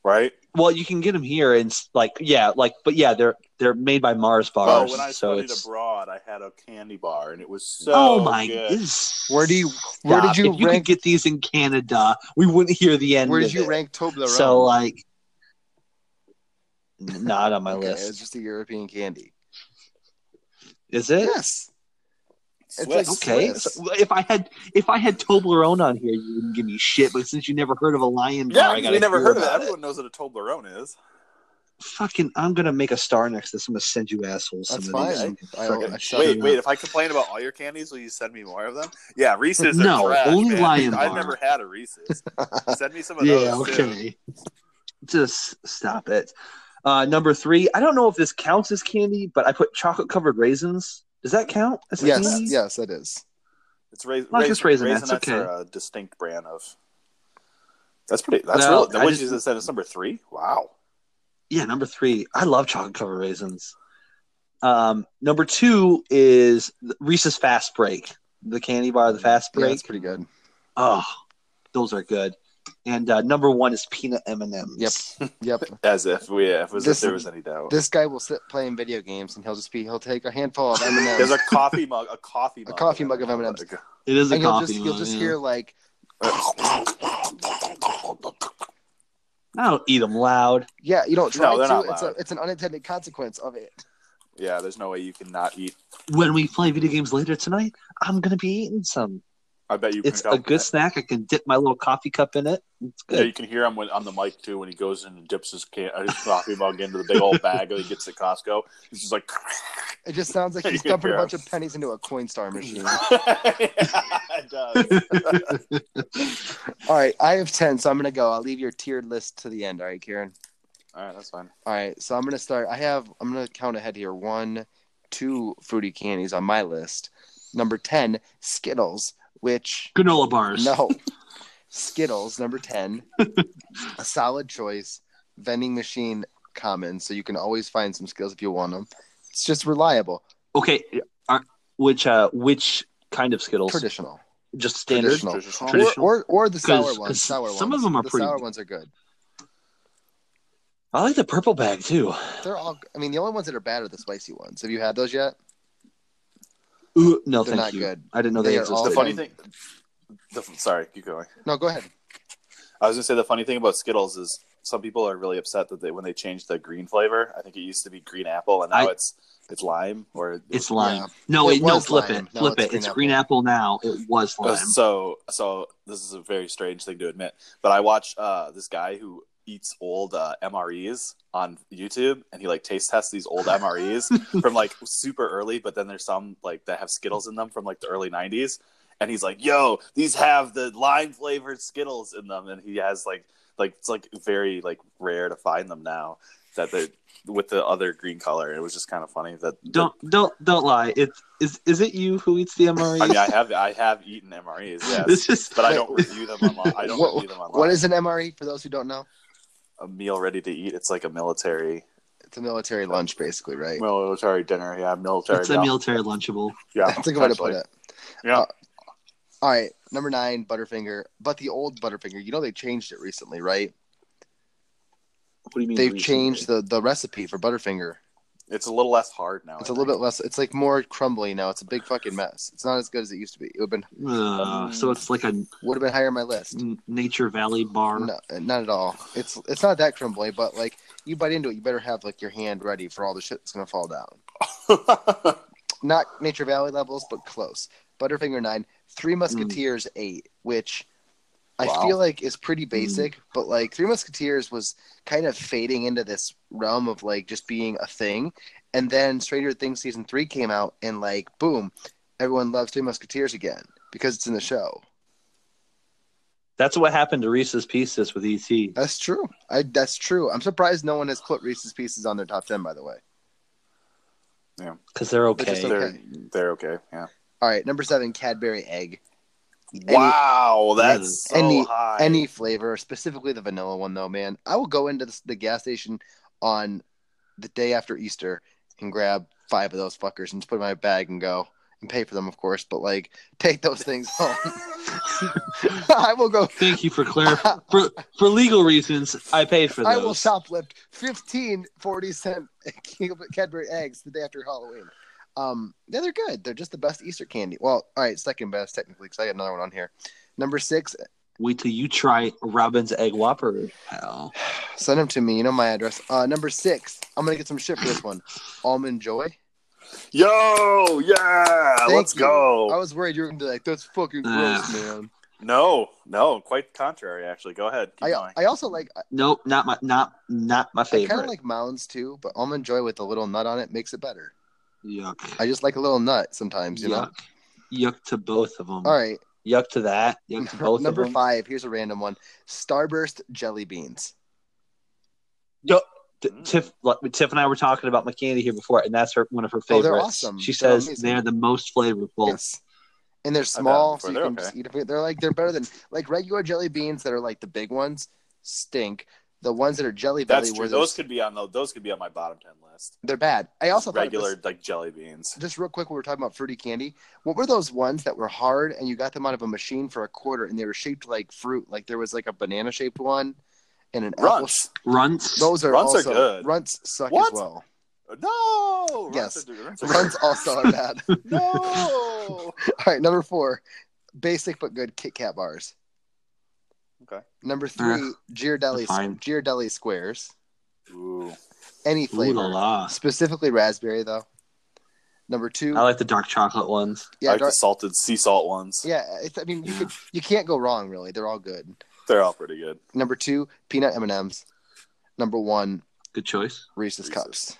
right? well, you can get them here and s- like yeah, like but yeah, they're they're made by Mars Oh, bars. when I so studied it's abroad, I had a candy bar, and it was so. oh my good. goodness. Where do you where did Stop. you if you rank could get these in Canada, we wouldn't hear the end. where of did you it. rank Toblerone? So uh, like, n- not on my Okay, list. It's just a European candy. Is it? Yes. It's Swiss. like- Okay. Swiss. So if I had if I had Toblerone on here, you wouldn't give me shit. But since you never heard of a lion Yeah, bar, I gotta we never hear heard of it. about Everyone knows what a Toblerone is. Fucking, I'm gonna make a star next to this. I'm gonna send you assholes. That's some of these. fine. I, I, fucking I shut Wait, it. wait. If I complain about all your candies, will you send me more of them? Yeah, Reese's. Are No, trash, only man. Lion I've Bar. never had a Reese's. send me some of Yeah. those. too. Okay. Just stop it. Uh, number three. I don't know if this counts as candy, but I put chocolate covered raisins. Does that count? as Yes, candy? yes, it is. It's rais- Like rais- it's Raisinets, Raisinets okay. are a distinct brand of. That's pretty. That's Well, real. That I was just- you said it's number three. Wow. Yeah, number three. I love chocolate covered raisins. Um, number two is Reese's Fast Break, the candy bar, the Fast Yeah, Break. it's pretty good. Oh, those are good. And uh, number one is peanut M and M's. Yep. Yep. As if we, yeah, if, as This- if there was any doubt. This guy will sit playing video games and he'll just be he'll take a handful of There's M&Ms a coffee mug. A coffee. A coffee mug of M&Ms. It is a and you'll coffee. just you'll mug, just yeah. hear like I don't eat them loud. yeah, you don't No, try they're to. not It's a, loud. it's an unintended consequence of it. Yeah, there's no way you cannot eat. When we play video games later tonight, I'm gonna be eating some. I bet you. It's can a good snack. I can dip my little coffee cup in it. It's Yeah, good. you can hear him when, on the mic too when he goes in and dips his, can- uh, his coffee mug into the big old bag that he gets at Costco. He's just like, It just sounds like You he's can dumping a hear bunch him. of pennies into a Coinstar machine. yeah, it does. All right, I have 10, so I'm going to go. I'll leave your tiered list to the end. All right, Kieran. All right, that's fine. All right, so I'm going to start. I have, I'm going to count ahead here. One, two fruity candies on my list. Number 10, Skittles, which, Granola bars. no, Skittles, number 10. a solid choice. Vending machine common, so you can always find some Skittles if you want them. It's just reliable, Okay. Are, which uh, which kind of Skittles? traditional. Just standard. Traditional. Traditional. Traditional. Or, or, or the sour 'Cause- ones. 'cause Sour some ones. of them are the pretty- sour ones are good. I like the purple bag too. They're all. I mean, the only ones that are bad are the spicy ones. Have you had those yet? Ooh, no, They're thank not you. good. I didn't know they, They are all existed. The funny fine. thing. The, sorry, keep going. No, go ahead. I was gonna say the funny thing about Skittles is some people are really upset that they when they changed the green flavor. I think it used to be green apple, and now I- it's it's lime or It's lime. Yeah. No, It it, no, was flip lime. it, Now flip it's it. green it's green apple now. It was Uh, lime. So, so this is a very strange thing to admit, but I watch uh, this guy who eats old uh, MREs on YouTube, and he like taste tests these old MREs from like super early, but then there's some like that have Skittles in them from like the early '90s, and he's like, "Yo, these have the lime flavored Skittles in them," and he has like like it's like very like rare to find them now that they with the other green color. It was just kind of funny that don't don't don't lie. It's is is it you who eats the MREs? I mean, I have I have eaten MREs, yes. This is but I Wait. don't review them online. I don't What- review them online. What is an MRE for those who don't know? a meal ready to eat? It's like a military It's a military lunch, basically, right? military dinner. Yeah, military. it's a military lunchable. Yeah, That's a good way to put essentially. it. Yeah. Uh, all right, number nine, Butterfinger. But the old Butterfinger, you know they changed it recently, right? What do you mean? They've recently? changed the, the recipe for Butterfinger. It's a little less hard Oh, now. It's I a little bit think. less. It's like more crumbly now. It's a big fucking mess. It's not as good as it used to be. It would been Uh, so it's like a n- would have been higher on my list. Mm-hmm. Nature Valley bar. No, not at all. It's it's not that crumbly, but like you bite into it, you better have like your hand ready for all the shit that's gonna fall down. Not Nature Valley levels, but close. Butterfinger nine, Three Musketeers eight, which Wow. I feel like is pretty basic, but like Three Musketeers was kind of fading into this realm of like just being a thing, and then Stranger Things season three came out, and like boom, everyone loves Three Musketeers again because it's in the show. That's what happened to Reese's Pieces with E ET. That's true. I that's true. I'm surprised no one has put Reese's Pieces on their top ten. By the way, Because they're They're just okay. okay. They're they're okay. Yeah. all right, number seven, Cadbury egg. Any- wow, that's so any- high. Any flavor, specifically the vanilla one, though, man. I will go into the, the gas station on the day after Easter and grab five of those fuckers and just put them in my bag and go and pay for them, of course. But like, take those things home. I will go. Thank you for clarifying. for, for legal reasons, I paid for those. I will shoplift 15 40 cent Cadbury eggs the day after Halloween. Um, yeah, they're good. They're just the best Easter candy. Well, all right, second best technically because I got another one on here. Number six, Wait till you try Robin's Egg Whopper. pal. send them to me. You know my address. Uh, number six, I'm gonna get some shit for this one. Almond Joy. Yo, yeah, Thank let's you. go. I was worried you were gonna be like, that's fucking gross, man. No, no, quite contrary actually. Go ahead. Keep I going. I also like I Nope, not my not not my kind favorite. of like Mounds too, but almond Joy with a little nut on it makes it better. yuck, I just like a little nut sometimes, you know. yuck, yuck to both of them. All right, yuck to that. Yuck to both number of them. five. Here's a random one: Starburst jelly beans. T- Tiff, like, Tiff and I were talking about McCandy here before, and that's her one of her Oh, favorites. they're awesome. She They're says amazing. they are the most flavorful. Yes. And they're them small, before. so you They're can okay. just eat them. They're like they're better than like regular jelly beans that are like the big ones stink. The ones that are jelly belly That's true. where Those those could be on the, those could be on my bottom ten list. they're bad. I also thought of this- regular like jelly beans. just real quick, we were talking about fruity candy. What were those ones that were hard and you got them out of a machine for a quarter and they were shaped like fruit? Like there was like a banana shaped one and an apple. Runts. Runts. Those are Runts are also, good. Runts suck What? as well. No. Yes. Runts are- runts are- Runts also are bad. No. All right, number four, basic but good Kit Kat bars. Okay. Number three, Ghirardelli fine. Ghirardelli squares. Ooh. Any Ooh flavor, la la. specifically raspberry though. Number two, I like the dark chocolate ones. I yeah, like dar- the salted sea salt ones. yeah. It's, I mean, you could you can't go wrong really. They're all good. They're all pretty good. Number two, peanut M and M's. Number one, Good choice. Reese's. Reese's, cups.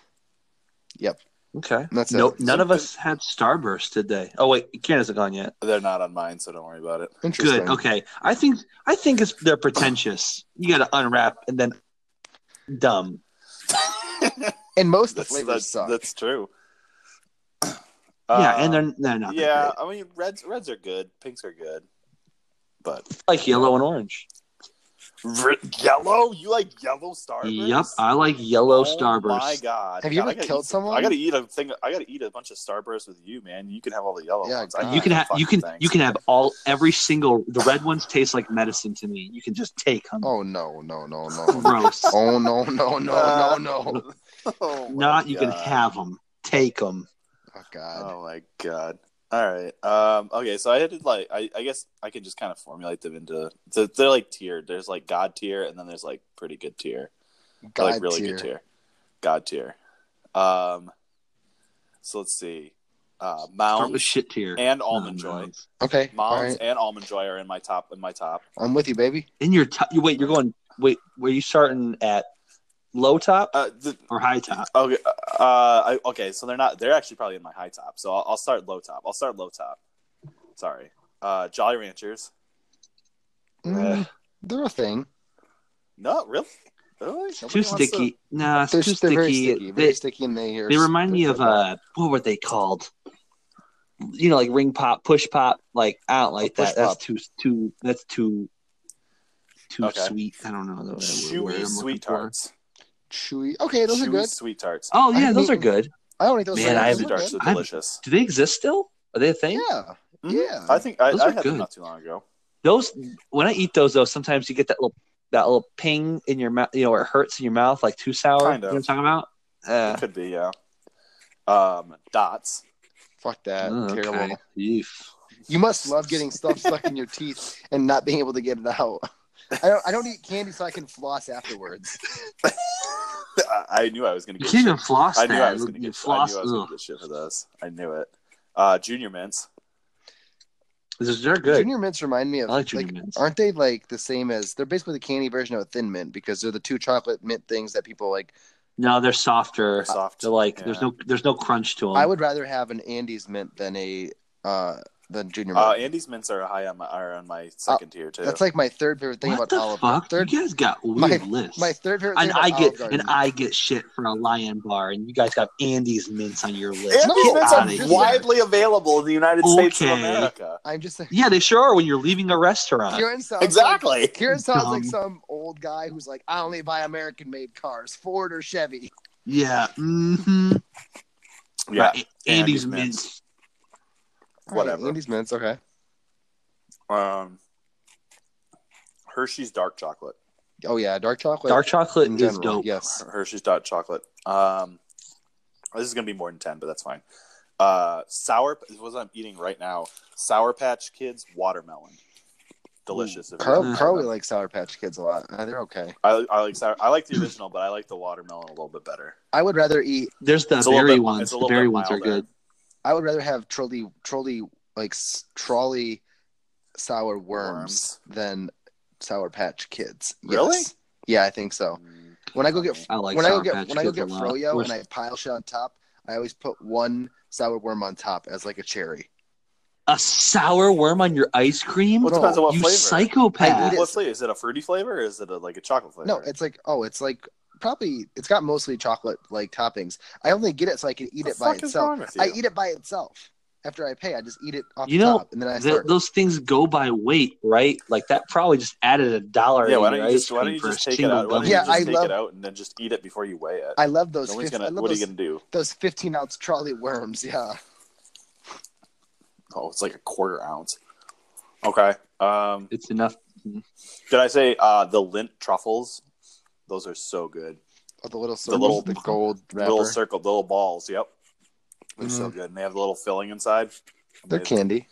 Okay. And that's No, it. none of us had Starburst today. Oh wait, Canada's gone yet. They're not on mine, so don't worry about it. Interesting. Good. Okay. I think I think it's they're pretentious. You got to unwrap and then dumb. And most of the that's, flavors that's, suck. that's true. yeah, and Uh, they're they're not. that yeah. great. I mean, reds reds are good. Pinks are good. But like yellow and orange. R- yellow, you like yellow starburst? Yep, I like yellow oh Starburst. My God, Have you God, I ever gotta killed eat- someone? I gotta eat a thing. I gotta eat a bunch of starburst with you, man. You can have all the yellow Yeah, ones. I God. hate You can the have you fucking can things. you can have all every single the red ones taste like medicine to me. You can just take them. Oh no, no, no, no. Gross. oh no, no, no, no, no. Oh my Not you can God. have them. Take them. Oh god. Oh my god. All right. Um, okay, so I had to like I, I guess I can just kind of formulate them into so they're like tiered. There's like god tier and then there's like pretty good tier. Or, like really good tier. God tier. Um so let's see. Uh Start with Mounds shit tier. and Almond Oh, No, no, Joy. it's- Okay, all Mounds right. and Almond Joy are in my top in my top. I'm with you, baby. In your top, wait, you're going. Wait, were you starting at low top Uh the, or high top? okay uh I, okay, so they're not they're actually probably in my high top. So I'll, I'll start low top. I'll start low top. Sorry. Uh Jolly Ranchers. Mm, they're a thing. No, really? Really? Nobody Too wants to- sticky. Nah, it's They're, too they're very sticky. sticky. Very They, sticky in the ears. they remind me They're of good. uh, what were they called? You know, like ring pop, push pop. Like I don't like Oh, push that. That's pop. too too. That's too too Okay. sweet. I don't know. The Chewy word I'm looking sweet for. tarts. chewy. Okay, those Chewy are good. Sweet tarts. Oh yeah, I those mean- are good. I don't eat those. Man, things. I Those sweet haven't- are tarts good. are I've- delicious. Do they exist still? Are they a thing? Yeah, Mhm. yeah. I think I, Those I are had them good. not too long ago. Those when I eat those though, sometimes you get that little that little ping in your mouth. You know, where it hurts in your mouth, like too sour. Kind You of. know what I'm talking about? Uh, It could be, yeah. Um, dots. Fuck that. oh, okay. Terrible. Yeef. You must love getting stuff stuck in your teeth and not being able to get it out. I don't. I don't eat candy so I can floss afterwards. I- I knew I was going to You get can't shit. even floss. I knew that. I was going to You get floss. I knew I was going ugh. to get shit for those. I knew it. Uh, junior mints. Those are good. Junior mints remind me of I like like junior mints. aren't they like the same as they're basically the candy version of a thin mint because they're the two chocolate mint things that people like No, they're softer. They're soft. They're like Yeah. there's no there's no crunch to them. Uh, i would rather have an andes mint than a uh than junior mint Uh, Andy's mints are high on my are on my second tier too. that's like my third favorite thing what about the olive fuck? third you guys got My- weird lists. my third favorite thing and about I get Olive Garden. and I get shit for a lion bar, and you guys got Andy's mints on your list. Andy's No, get mints out are of here. widely available in the United States of Okay. America. i'm just saying Yeah, they sure are when you're leaving a restaurant. kieran sounds Exactly. like, kieran sounds like Dumb. some old guy who's like i only buy american made cars ford or chevy yeah. hmm Yeah. Andy's Andes mints. mints. Whatever. andes mints okay Um, Hershey's dark chocolate. oh yeah dark chocolate Dark chocolate in is general, dope. yes Hershey's dark chocolate. Um, this is gonna be more than ten, but that's fine. Uh, sour. This is what I'm eating right now. Sour Patch Kids watermelon. Delicious. if you Carl, haven't Mm. tried Carly them. likes Sour Patch Kids a lot. Uh, they're okay. I, I like sour. I like the original, but I like the watermelon a little bit better. I would rather eat There's the It's a little berry bit- ones. it's a The little berry bit ones are milder. good. I would rather have trolley trolley like s- trolley sour worms, than sour patch kids. Yes. Really? Yeah, I think so. Mm, When I go get I like when I sour go get Patch when I go Kids a get lot. froyo With- and I pile shit on top, I always put one sour worm on top as like a cherry. a sour worm on your ice cream. Well, it No, depends on what you flavor. I psychopath. eat it- What flavor is it? A fruity flavor or is it a, like a chocolate flavor? No, it's like oh, it's like probably it's got mostly chocolate like toppings. I only get it so I can eat What it by fuck is itself. wrong with I you? eat it by itself. After I pay, I just eat it off You the know, top, and then I Th- start. those things go by weight, right? Like that probably just added a dollar. Yeah, in why don't your you ice just why don't cream you for a just take it single out? Why don't gummy. you Yeah, just I take love- it out and then just eat it before you weigh it? I love those. no one's 50 gonna. I love What are those, you gonna do? those 15 ounce trolley worms. Yeah. Oh, it's like a quarter ounce. Okay. Um, It's enough. did I say uh, the lint truffles? Those are so good. Oh, the little circles, the, little- gold wrapper. Mm-hmm. Little circle, the little balls. Yep, they're so good, and they have the little filling inside. They're Amazing. candy.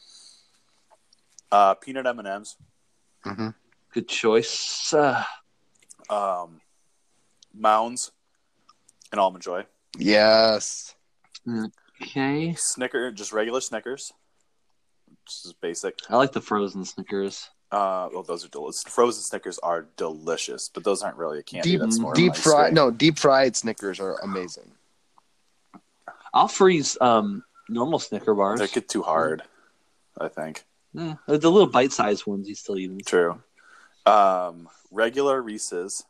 Uh, peanut M and M's. Mm-hmm. Good choice. Uh, Um, mounds, and almond joy. Yes. okay. Snicker, just regular Snickers. This is basic. I like the frozen Snickers. Uh, well, those are delicious. Frozen Snickers are delicious, but those aren't really a candy. Deep that's more deep ice fried. cream. No, deep fried Snickers are amazing. I'll freeze um normal Snicker bars. They get too hard. I think. Yeah, the little bite-sized ones you still eat. Them. True. Um, regular Reese's.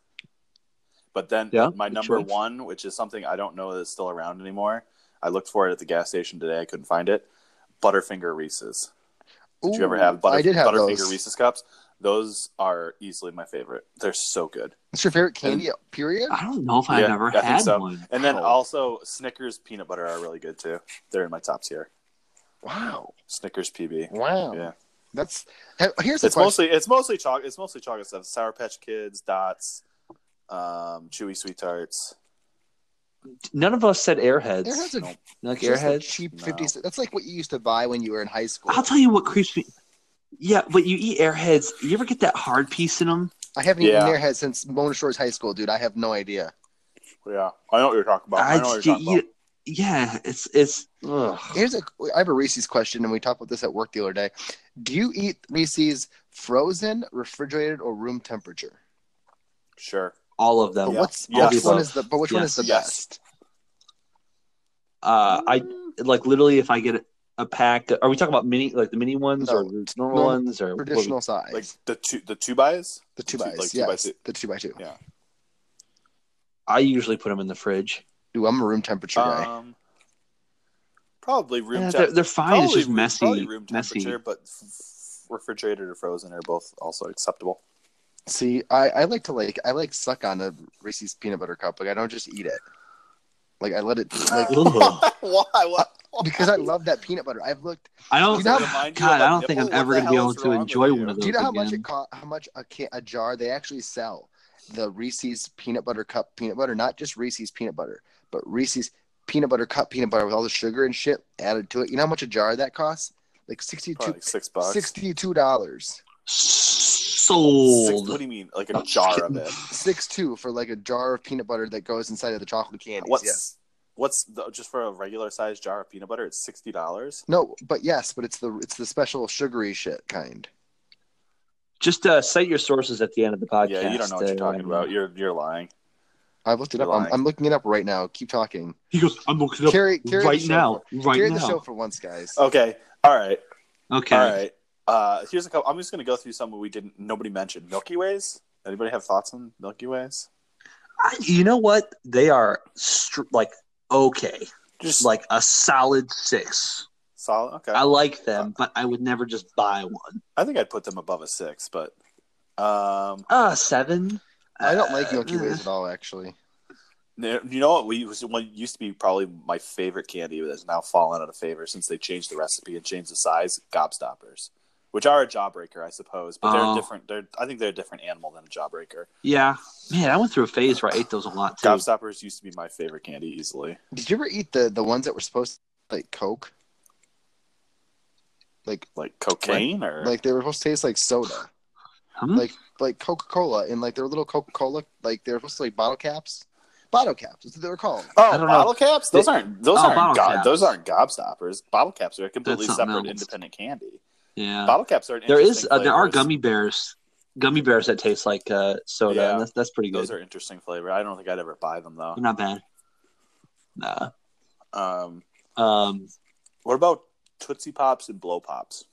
But then Yeah, my good number choice. one, which is something I don't know that's still around anymore. I looked for it at the gas station today. I couldn't find it. Butterfinger Reese's. Did you ever Ooh, have, butter, I did have Butterfinger those. Reese's cups? Those are easily my favorite. They're so good. What's your favorite candy? Period. I don't know if I've Yeah, ever I think had so. one. And then Oh. Wow. also Snickers peanut butter are really good too. They're in my top tier. Wow. Snickers PB. Wow. Yeah. That's he- here's the It's question. mostly it's mostly chocolate. It's mostly chocolate stuff. Sour Patch Kids, Dots, um, Chewy Sweet Tarts. None of us said airheads. Airheads are No. just like like airheads. cheap No. fifty. That's like what you used to buy when you were in high school. I'll tell you what creeps me. Yeah, but you eat airheads. You ever get that hard piece in them? I haven't Yeah. eaten airheads since Mona Shores High School, dude. I have no idea. Yeah, I know what you're talking about. I, know what you're talking about. yeah, it's it's. Ugh. Here's a I have a Reese's question, and we talked about this at work the other day. Do you eat Reese's frozen, refrigerated, or room temperature? Sure. All of them. But what's Yeah. which Yes. one is the but which one is the Yes. best? Uh, I like literally if I get a pack. Are we talking about mini like the mini ones No, or the normal normal- ones or Traditional size, Like the two the two buys? the two two- bys, like two yes, by two. the two by two. Yeah. I usually put them in the fridge. Dude, I'm a room temperature guy. Um, probably room Yeah, temperature. they're, they're fine. it's just room- messy. probably room messy. temperature, but f- f- refrigerated or frozen are both also acceptable. See, I, I like to like I like suck on a Reese's peanut butter cup. Like I don't just eat it. Like I let it like Ugh. Why? What? because I love that peanut butter. I've looked. I don't. You know- God, I don't think I'm ever gonna be able to enjoy one of those Do you know how much again. it cost? How much a can, a jar they actually sell? The Reese's peanut butter cup peanut butter, not just Reese's peanut butter, but Reese's peanut butter cup peanut butter with all the sugar and shit added to it. You know how much a jar that costs? Like Probably 62 like six bucks. dollars, Six, Sold. what do you mean? Like a I'm just jar of kidding. it? six two for like a jar of peanut butter that goes inside of the chocolate candies. What's yes. what's the, just for a regular sized jar of peanut butter? It's sixty dollars. No, but yes, but it's the it's the special sugary shit kind. Just uh, cite your sources at the end of the podcast. Yeah, you don't know what you're uh, talking about. You're you're lying. I've looked it up. You're I'm, lying. I'm looking it up right now. Keep talking. He goes, I'm looking it up Carry, carry the right show now. For, carry Right the show now. for once, guys. Okay. All right. Okay. All right. Uh, here's a couple. I'm just gonna go through some we didn't. Nobody mentioned Milky Ways. Anybody have thoughts on Milky Ways? I, you know what? They are str- like okay, Just like a solid six. solid. Okay. I like them, but I would never just buy one. I think I'd put them above a six, but um, Uh seven. I don't like Uh, Milky Ways at all, actually. there- you know what? We was what used to be probably my favorite candy, but has now fallen out of favor since they changed the recipe and changed the size. Gobstoppers, which are a jawbreaker, I suppose, but they're Oh. different. They're I think they're a different animal than a jawbreaker. Yeah, man, I went through a phase where I ate those a lot too. Gobstoppers used to be my favorite candy easily. Did you ever eat the the ones that were supposed to like Coke? Like Like cocaine or like they were supposed to taste like soda, Hmm? like like Coca Cola, and like their little Coca Cola, like they were supposed to like bottle caps, bottle caps. That's what they were called. Oh, I don't know. bottle caps? Those aren't those Oh, bottle aren't go- caps. those aren't gobstoppers. Bottle caps are a completely That's something separate, else. independent candy. yeah, Bottle caps are an there is interesting uh, there are flavors. gummy bears, gummy bears that taste like uh, soda. Yeah. and that's that's pretty good. Those are interesting flavor. I don't think I'd ever buy them though. They're not bad. Nah. Um, Um, what about Tootsie Pops and Blow Pops?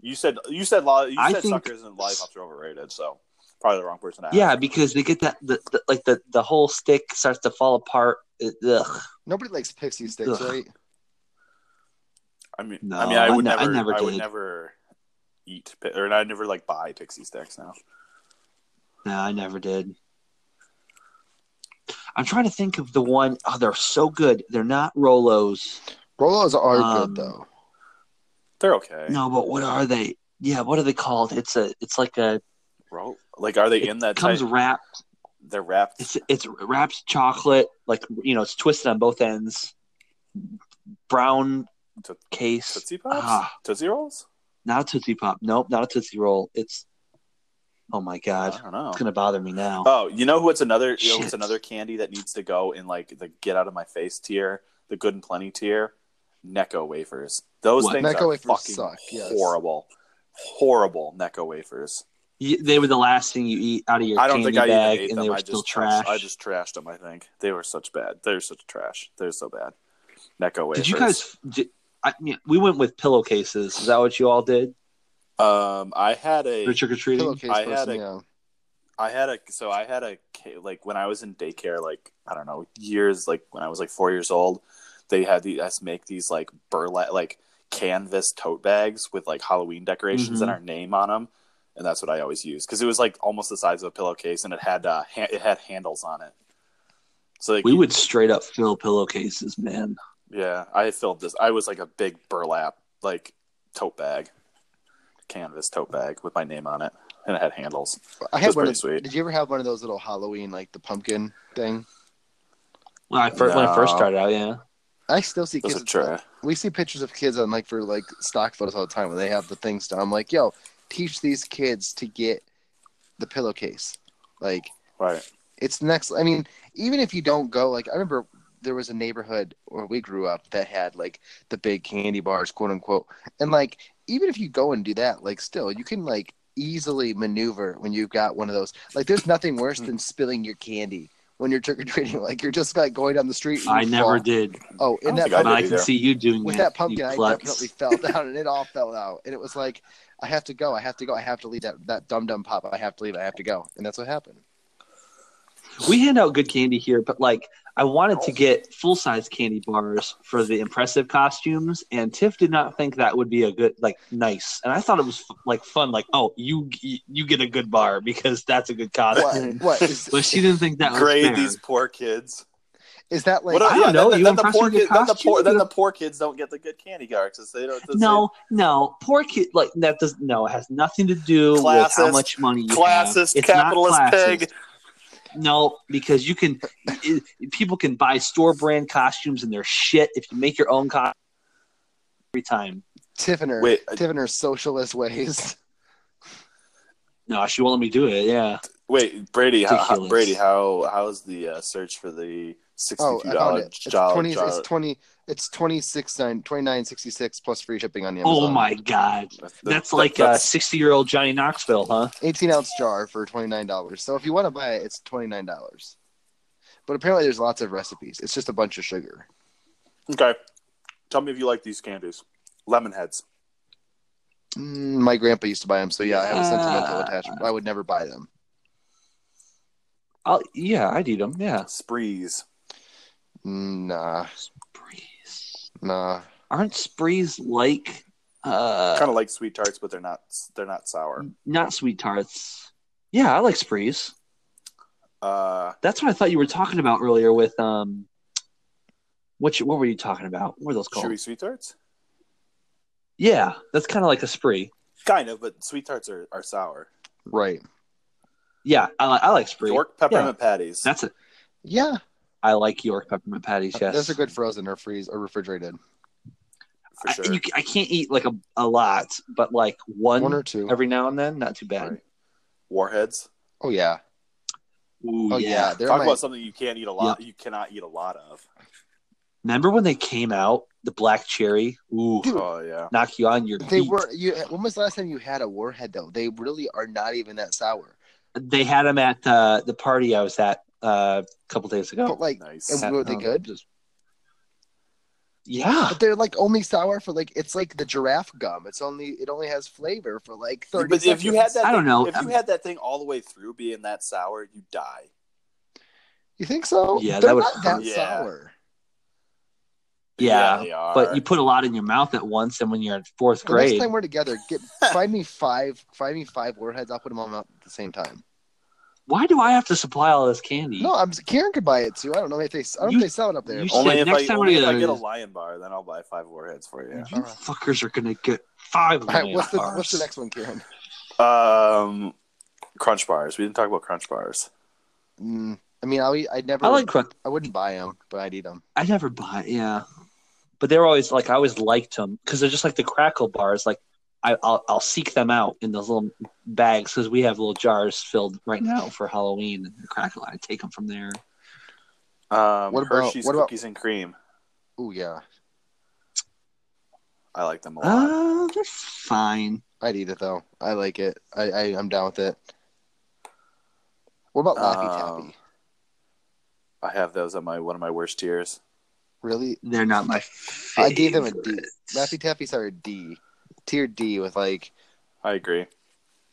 You said you said lo- you I said think- suckers and lollipops are overrated, so probably the wrong person to ask. yeah, because they get that the, the like the the whole stick starts to fall apart. It- ugh. Nobody likes pixie sticks, Ugh. right? I mean, No, I mean, I I would ne- I never, I, never would did. never eat, pi- or I would never like buy pixie sticks now. No, I never did. I'm trying to think of the one. Oh, they're so good. They're not Rolos. Rolos are Um, good though. They're okay. No, but what are they? Yeah, what are they called? It's a. It's like a. Roll- like, are they in that? It comes type- wrapped. they're wrapped. It's it's wrapped chocolate. Like you know, it's twisted on both ends. Brown Toot- case. Tootsie Pops, Ah. Tootsie Rolls. Not a tootsie pop. Nope, not a tootsie roll. It's. Oh my I god, don't know. it's gonna bother me now. Oh, you know what's another? You know what's Shit. another candy that needs to go in like the get out of my face tier, the good and plenty tier? Necco wafers. Those What? things Necco are wafers fucking suck, yes. horrible, horrible Necco wafers. You, they were the last thing you eat out of your I don't candy think I bag, even ate and them. they were I still just trash. I just trashed them. I think they were such bad. They're such trash. They're so bad. Necco wafers. Did you guys? Did, I mean, we went with pillowcases. Is that what you all did Um, I had a. for trick or treating? Pillowcase I had person, a- yeah. I had a so I had a ca- like when I was in daycare, like I don't know years, like when I was like four years old, they had the, us make these like burlap like canvas tote bags with like Halloween decorations and our Mm-hmm. name on them, and that's what I always used because it was like almost the size of a pillowcase and it had uh, ha- it had handles on it. So like, We would straight up fill pillowcases, man. yeah, I filled this. I was like a big burlap like tote bag, canvas tote bag with my name on it, and it had handles. I It was had one. pretty Of, sweet. did you ever have one of those little Halloween, like the pumpkin thing? When I first when I first No. started out, yeah. I still see That's kids. a try. We see pictures of kids on like for like stock photos all the time when they have the things done. I'm like, yo, teach these kids to get the pillowcase. Like Right. it's next. I mean, even if you don't go, like I remember there was a neighborhood where we grew up that had like the big candy bars, quote unquote, and like even if you go and do that, like still you can like easily maneuver when you've got one of those. Like there's nothing worse than spilling your candy when you're trick or treating. Like you're just like going down the street. and you I never fall. did, Oh, I in don't that think I but I, did can either. see you doing with that. that pumpkin, you I klutz. definitely fell down, and it all fell out. And it was like, I have to go. I have to go. I have to leave that that dum dum pop. I have to leave. I have to go. And that's what happened. We hand out good candy here, but like I wanted to get full size candy bars for the impressive costumes, and Tiff did not think that would be a good like nice, and I thought it was f- like fun, like oh you you get a good bar because that's a good What? costume, What is, but she didn't think that was Grade fair. these poor kids. is that like? What I don't know, Then, you then the impress poor with your kid, then the costume, poor, then you the poor kids don't get the good candy cards. 'cause They don't. 'cause No, no, poor kid. Like that does no. It has nothing to do with how Classist. much money you they- have. Classist, It's not capitalist classist. pig. No, because you can. i people can buy store brand costumes and they're shit if you make your own costume every time. Tiffiner. Wait, uh, Tiffiner socialist ways. No, she won't let me do it. Yeah, wait, Brady. How, how, Ridiculous. Brady, how how's the uh, search for the Oh, sixty-two I found dollar it. It's job? twenty. It's twenty. It's twenty six nine twenty nine sixty six plus free shipping on Amazon. Oh my god, that's like a that's, sixty-year-old Johnny Knoxville, huh? Eighteen ounce jar for twenty nine dollars. So if you want to buy it, it's twenty nine dollars. But apparently, there's lots of recipes. It's just a bunch of sugar. okay. Tell me if you like these candies. Lemon heads. Mm, my grandpa used to buy them, so yeah, I have a sentimental Ah. attachment. I would never buy them. I'll, yeah, I'd eat them. Yeah, Sprees. Nah, sprees nah. aren't sprees like uh kind of like sweet tarts, but they're not. They're not Mm. sour. not sweet tarts? Yeah, I like sprees. Uh, That's what I thought you were talking about earlier with um what you, what were you talking about? What were those called? chewy sweet tarts. Yeah, that's kind of like a spree. Kind of, but sweet tarts are, are sour. Right. Yeah, I like I like spree. York peppermint patties. That's it. Yeah, I like York peppermint patties. Yes, those are good frozen or freeze or refrigerated. for sure. I, you, I can't eat like a, a lot, but like one, One or two. every now and then, not too bad. Right. Warheads. oh yeah. Ooh, Oh yeah. yeah. They're Talk my- about something you can't eat a lot. You cannot eat a lot of. Remember when they came out, the black cherry? Ooh, Dude. Oh yeah. knock you on your They feet. were. You, when was the last time you had a warhead though? They really are not even that sour. They had them at uh, the party I was at uh, a couple days ago. But like, Nice. and were they Um, good? Yeah, But they're like only sour for like it's like the giraffe gum. It's only it only has flavor for like thirty. But if you had seconds. that, I don't thing- know. If you had that thing all the way through being that sour, you die. you think so? Yeah, they're that would not that hurt. Yeah. sour. Yeah, they are. but you put a lot in your mouth at once, and when you're in fourth The Next grade, time we're together, get find me five, find me five warheads. I'll put them all out at the same time. why do I have to supply all this candy? No, I'm Karen could buy it too. I don't know if they, I don't You- know if they sell it up there. you but- only said if, next I, time only we if I go- get a lion bar, then I'll buy five warheads for you. you fuckers are gonna get five. all right, what's the Lion what's the next bars. one, Karen? Um, crunch bars. We didn't talk about crunch bars. Mm, I mean, I'll eat, I'd never, I like crunch. I wouldn't buy them, but I'd eat them. I never bought. Yeah, but they're always like I always liked them because they're just like the crackle bars. Like I, I'll, I'll seek them out in those little bags because we have little jars filled right now for Halloween. and they're Crackle, I take them from there. Um, What about- Hershey's what about- cookies and cream. Oh yeah, I like them a lot. Uh, they're fine. I'd eat it though. I like it. I, I I'm down with it. What about Laffy Um, Taffy? I have those on my one of my worst tiers. Really, They're not my. I gave them a D. favorite. Laffy Taffy's are D, tier D with like I agree.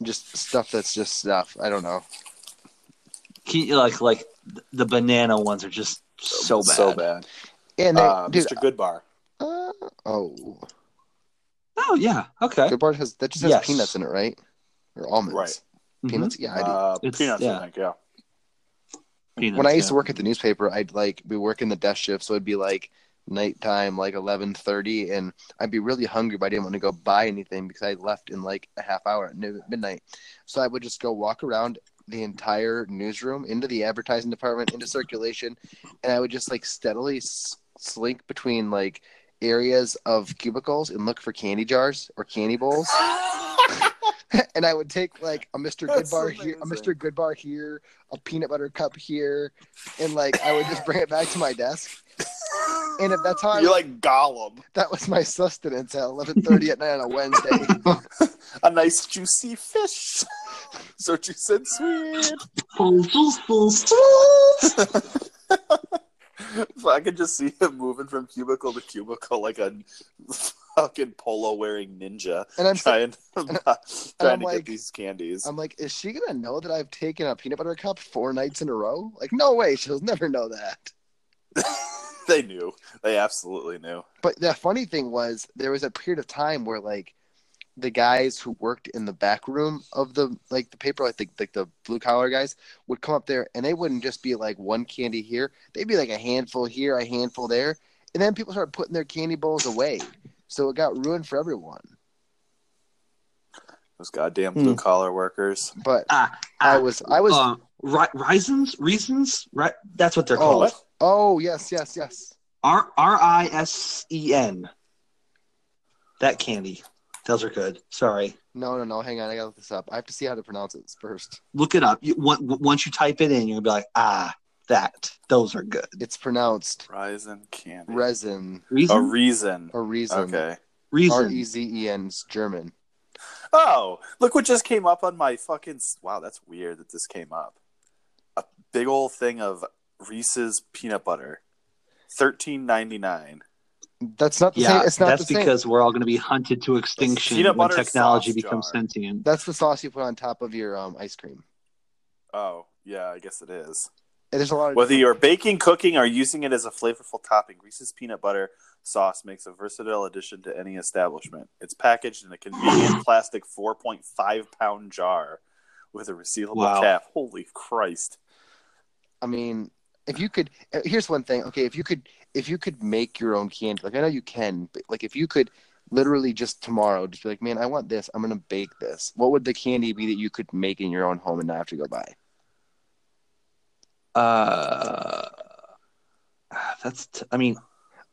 just stuff that's just stuff. I don't know. Can you- like like th- the banana ones are just so bad. So bad. And they, Uh, dude, Mr. Goodbar. uh, oh, Oh yeah. Okay. Good Bar has that just has Yes. peanuts in it, right? Or almonds, Right. Mhm. Peanuts, yeah. I'd eat Uh, It's- peanuts, yeah. I think. Yeah. Peanuts, when I used to yeah. work at the newspaper, I'd like be working the desk shift, so it'd be like nighttime, like eleven thirty, and I'd be really hungry, but I didn't want to go buy anything because I left in like a half hour at noon- midnight. So I would just go walk around, the entire newsroom into the advertising department into circulation, and I would just like steadily s- slink between like areas of cubicles and look for candy jars or candy bowls. and I would take like a Mr. That's Goodbar here, a amazing. Mr. Goodbar here, a peanut butter cup here, and like I would just bring it back to my desk. And if that's how I, You're like Gollum, that was my sustenance at eleven thirty at night on a Wednesday. a nice juicy fish. so juice and sweet. If I could just see him moving from cubicle to cubicle like a fucking polo wearing ninja And I'm so- trying, trying I'm to like- um, get these candies. I'm like, is she gonna know that I've taken a peanut butter cup four nights in a row? Like, no way, she'll never know that. they knew. They absolutely knew. But the funny thing was, there was a period of time where like the guys who worked in the back room of the like the paper, I think like the blue collar guys would come up there, and they wouldn't just be like one candy here; they'd be like a handful here, a handful there, and then people started putting their candy bowls away, so it got ruined for everyone. Those goddamn Hmm. blue collar workers. But Ah, I ah, was, I was, uh, ri- Risins, Reasons, right? That's what they're Oh, called. oh yes, yes, yes. R R I S E N. That candy. Those are good. Sorry. No, no, no. Hang on, I gotta look this up. I have to see how to pronounce it first. Look it up. You, on- once you type it in, you're going to be like, ah, that. Those are good. It's pronounced Raisin candy. resin a Reason? reason. or reason. Okay. R reason. e z e n is German. Oh, look what just came up on my fucking. s- Wow, that's weird that this came up. A big old thing of Reese's peanut butter, thirteen ninety nine. That's not the Yeah, same. It's not that's the same. because we're all going to be hunted to extinction Peanut when butter technology sauce becomes jar. sentient. that's the sauce you put on top of your um, ice cream. Oh, yeah, I guess it is. And There's a lot of Whether you're baking, cooking, or using it as a flavorful topping, Reese's peanut butter sauce makes a versatile addition to any establishment. It's packaged in a convenient plastic 4.5 pound jar with a resealable Wow. cap. Holy Christ. I mean, if you could, uh, here's one thing. Okay, if you could, if you could make your own candy, like I know you can, but like if you could, literally just tomorrow, just be like, man, I want this. I'm gonna bake this. What would the candy be that you could make in your own home and not have to go buy? Uh, ah, that's, t- I mean,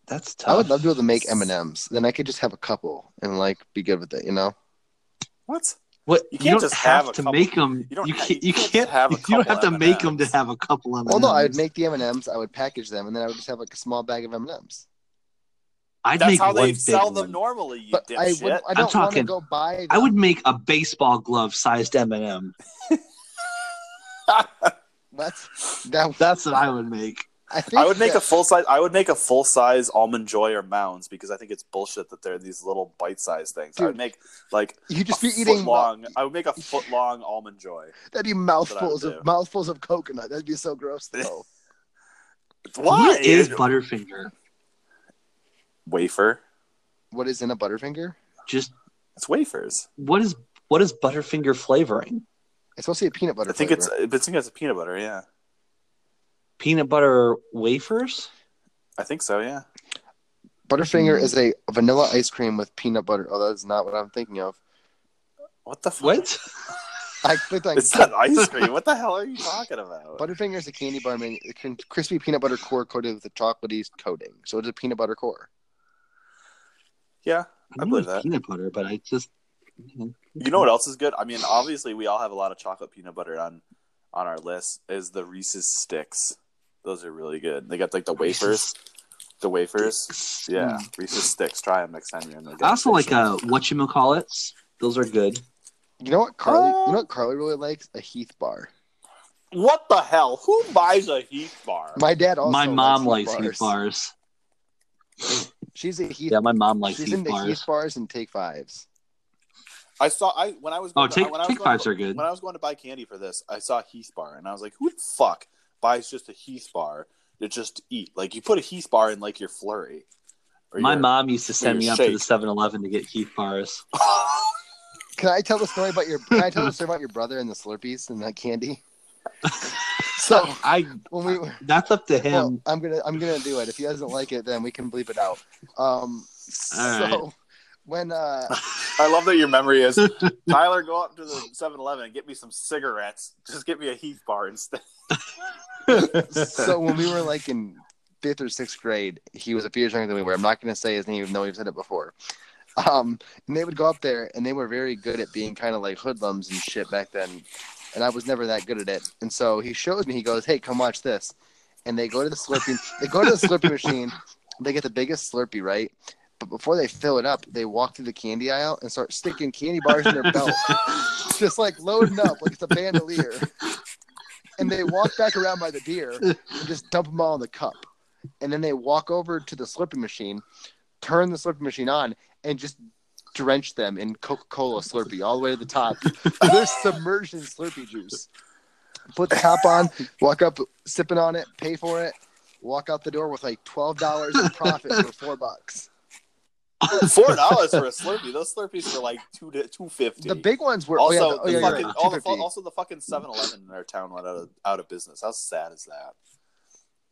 that's tough. I would love to be able to make M and M's. Then I could just have a couple and like be good with it. You know? What? What You can't just have a to couple- make them. you You don't don't. ha- can't, you you can't can't have a You don't have to couple make them to M&Ms. have a couple of. Well, no, I would make the M and M's. I would package them, and then I would just have like a small bag of M and M's. I'd That's make how one they big sell them one. normally, you But I, dipshit. would, I don't want to talking- go buy. I would make a baseball glove sized M and m What? That, That's what I would make. I, think I would make that- a full size. I would make a full size almond joy or mounds because I think it's bullshit that they're these little bite sized things. I would Dude, make like You just a be foot eating uh, long. I would make a foot long almond joy. That'd be mouthfuls do. of mouthfuls of coconut. That'd be so gross though. Why What is Butterfinger? wafer? what is in a butterfinger? Just It's wafers. what is what is Butterfinger flavoring? It's supposed to be a peanut butter. I think flavor. it's. I think it's a peanut butter. Yeah, Peanut butter wafers? I think so. Yeah. Mm. Butterfinger is a vanilla ice cream with peanut butter. Oh, that's not what I'm thinking of. What the fuck? What? I clicked on It's not ice cream. What the hell are you talking about? Butterfinger is a candy bar made it can- crispy peanut butter core coated with a chocolatey coating. So it's a peanut butter core. yeah. I believe believe that. Peanut butter, but I just You know what else is good? I mean, obviously we all have a lot of chocolate peanut butter on on our list. Is the Reese's sticks? Those are really good. They got like the wafers. The wafers. Yeah, Reese's sticks. Try them next time you're in the. Hmm. I also like gas uh what you call it. Those are good. You know what Carly? Uh. you know what Carly really likes? A Heath bar. station. What the hell? Who buys a Heath bar? My dad also. uh, my mom likes likes Heath bars. She's a Heath. Yeah, my mom likes she's Heath into bars. Heath bars and take fives. I saw. I when I was. Oh, Going take to, when I was take going fives to- are good. When I was going to buy candy for this, I saw Heath bar, and I was like, "Who the fuck buys just a Heath bar to just eat? Like, you put a Heath bar in like your flurry." or My your- mom used to send your me up to shake. the 7-Eleven to get Heath bars. Can I tell the story about your? Can I tell the story about your brother and the Slurpees and that candy? so I when we were, that's up to him. well, I'm gonna I'm gonna do it. If he doesn't like it, then we can bleep it out. Um, so All right. when uh I love that your memory is Tyler, go up to the 7 Eleven and get me some cigarettes. Just get me a Heath bar instead. so when we were like in fifth or sixth grade, he was a few years younger than we were. I'm not going to say his name, even though we've said it before. Um, and they would go up there, and they were very good at being kind of like hoodlums and shit back then. And I was never that good at it. And so he shows me. He goes, "Hey, come watch this." And they go to the slurpee. they go to the slurpee machine. They get the biggest slurpee, right? But before they fill it up, they walk through the candy aisle and start sticking candy bars in their belt, just like loading up like it's a bandolier. And they walk back around by the deer and just dump them all in the cup. And then they walk over to the slurpee machine, turn the slurpee machine on, and just drench them in Coca Cola Slurpee all the way to the top. They're submerged in Slurpee juice. Put the top on, walk up, sipping on it, pay for it, walk out the door with like twelve dollars in profit for four bucks. Four dollars for a Slurpee. Those Slurpees were like two to two fifty. The big ones were also, oh yeah, the, oh, the yeah, you're fucking, right, all the, fu- $2.50. also the fucking 7-Eleven in our town went out of, out of business. How sad is that?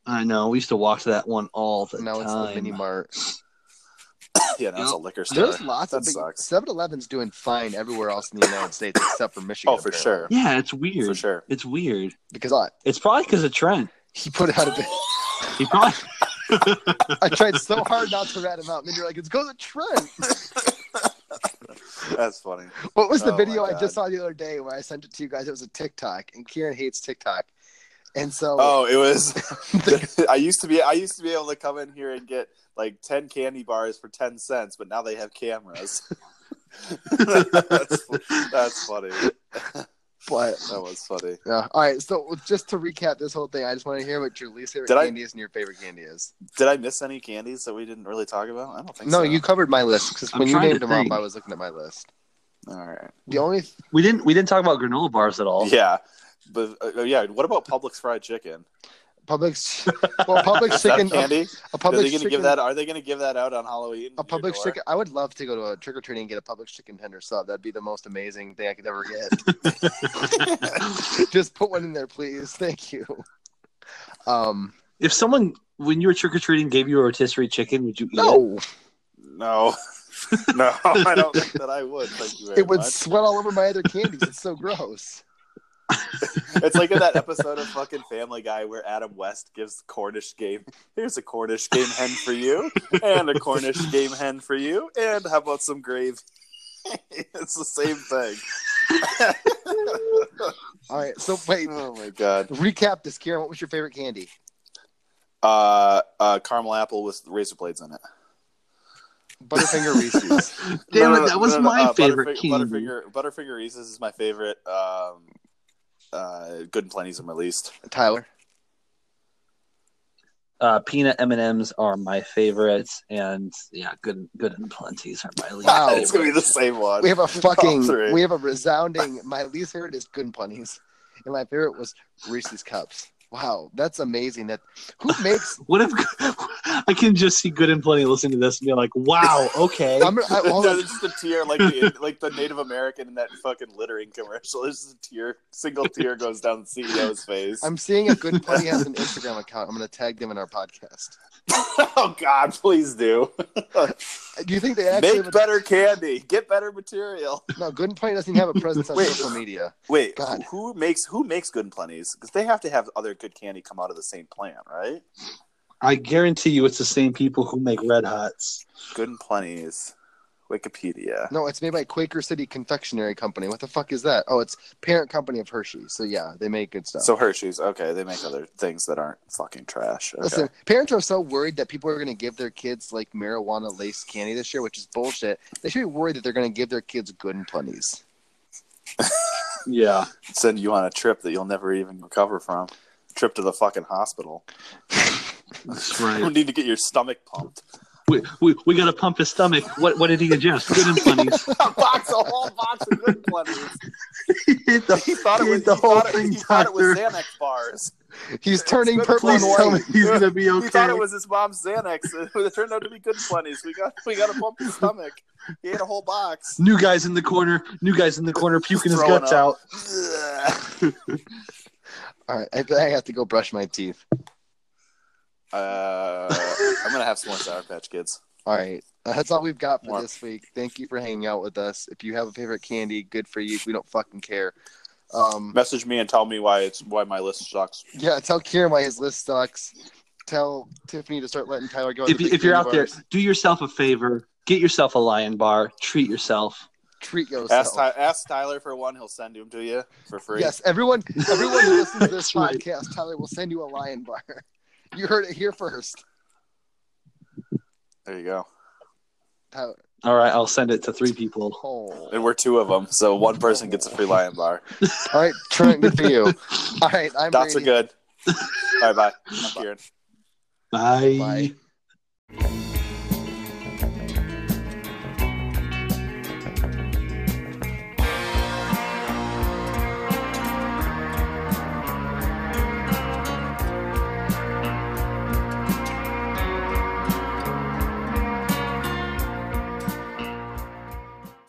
I know. We used to walk to that one all the now time. it's the mini mart. Yeah, that's a liquor store. There's lots that of big, sucks. 7-Eleven's doing fine everywhere else in the United States except for Michigan. Oh, for apparently. sure, yeah, it's weird. for sure. It's weird. Because I, It's probably because of Trent. he put it out of bit. He probably I tried so hard not to rat him out, and then you're like, "It's go to Trent." That's funny. What was the Oh, video my I God. just saw the other day where I sent it to you guys? It was a TikTok, and Kieran hates TikTok, and so Oh, it was. I used to be. I used to be able to come in here and get like ten candy bars for ten cents, but now they have cameras. that's, that's funny. but That was funny. yeah. All right, so just to recap this whole thing, I just want to hear what your least favorite Did I- candy is and your favorite candy is. Did I miss any candies that we didn't really talk about? I don't think No, so. you covered my list because I'm when you trying to named them off, think. I was looking at my list. All right. The only th- we didn't we didn't talk about granola bars at all. Yeah, but uh, yeah. What about Publix fried chicken? Publix, well, Publix Is that chicken, a, candy? a Are they Publix going to chicken- give that? Are they going to give that out on Halloween? a at your Publix door? chicken. I would love to go to a trick or treating and get a Publix chicken tender sub. That'd be the most amazing thing I could ever get. Just put one in there, please. Thank you. Um, If someone when you were trick or treating gave you a rotisserie chicken, would you eat it? no, No, no. I don't think that I would. Thank you very it would much. sweat all over my other candies. It's so gross. It's like in that episode of fucking Family Guy where Adam West gives Cornish game. Here's a Cornish game hen for you, and a Cornish game hen for you, and how about some gravy? it's the same thing. All right, so wait, oh my god. recap this, Kieran. What was your favorite candy? Uh, uh, caramel apple with razor blades in it. Butterfinger Reese's. Damn No, it, no, that no, was no, no, my uh, favorite Butterfinger, candy. Butterfinger, Butterfinger Reese's is my favorite. Um, uh, Good and Plenty's are my least. Tyler, Uh, peanut M and M's are my favorites, and yeah, good good and plenties are my least. Wow. it's gonna be the same one. we have a All three. fucking, we have a resounding. My least favorite is Good and Plenty's, and my favorite was Reese's Cups. Wow, that's amazing. That who makes What if I can just see Good and Plenty listening to this and be like, "Wow, okay." I'm, I, all no, it's just a tear like the like the Native American in that fucking littering commercial. There's just a tear, single tear goes down the CEO's face. I'm seeing a good plenty has an Instagram account. I'm going to tag them in our podcast. oh God, please do Do you think they actually make have a, better candy, get better material. no? Good and plenty doesn't even have a presence on Wait. social media. Wait, God. who makes who makes Good and Plenty's? Because they have to have other good candy come out of the same plant, right? I guarantee you, it's the same people who make Red Hots. Good and Plenty's, Wikipedia. No, it's made by Quaker City Confectionery Company. What the fuck is that? Oh, it's parent company of Hershey. So yeah, they make good stuff. So Hershey's, okay, they make other things that aren't fucking trash. Okay. Listen, parents are so worried that people are going to give their kids like marijuana laced candy this year, which is bullshit. They should be worried that they're going to give their kids good and plenties. Yeah, Send you on a trip that you'll never even recover from. Trip to the fucking hospital. that's You right. need to get your stomach pumped. We, we, we got to pump his stomach. What what did he ingest? Good and Plenties. a box, a whole box of good plenties. He thought it He was ate the he whole thought it- thing, he thought it was doctor. Xanax bars. He's turning Good purple and Please tell white. he's gonna be He thought it was his mom's Xanax. It turned out to be good plenties. We got we got a bump his stomach. He ate a whole box. New guys in the corner. New guys in the corner puking his Throwing guts up. out. All right, I, I have to go brush my teeth. Uh, I'm gonna have some more Sour Patch Kids. All right, That's all we've got for Wow. this week. Thank you for hanging out with us. If you have a favorite candy, good for you. We don't fucking care. Um, Message me and tell me why it's why my list sucks. yeah, tell Kieran why his list sucks. Tell Tiffany to start letting Tyler go. to If, the you- big if you're candy out there, bars. do yourself a favor. Get yourself a lion bar. Treat yourself. treat yourself. Ask, Ty- ask Tyler for one; he'll send him to you for free. Yes, everyone, everyone who listens to this That's right. podcast, Tyler will send you a lion bar. You heard it here first. There you go. Tyler. All right, I'll send it to three people. Oh. And we're two of them, so one person gets a free lion bar. All right, Trent, good for you. All right, I'm Dots are Brady. good. bye bye. I'm Kieran. Bye. Bye.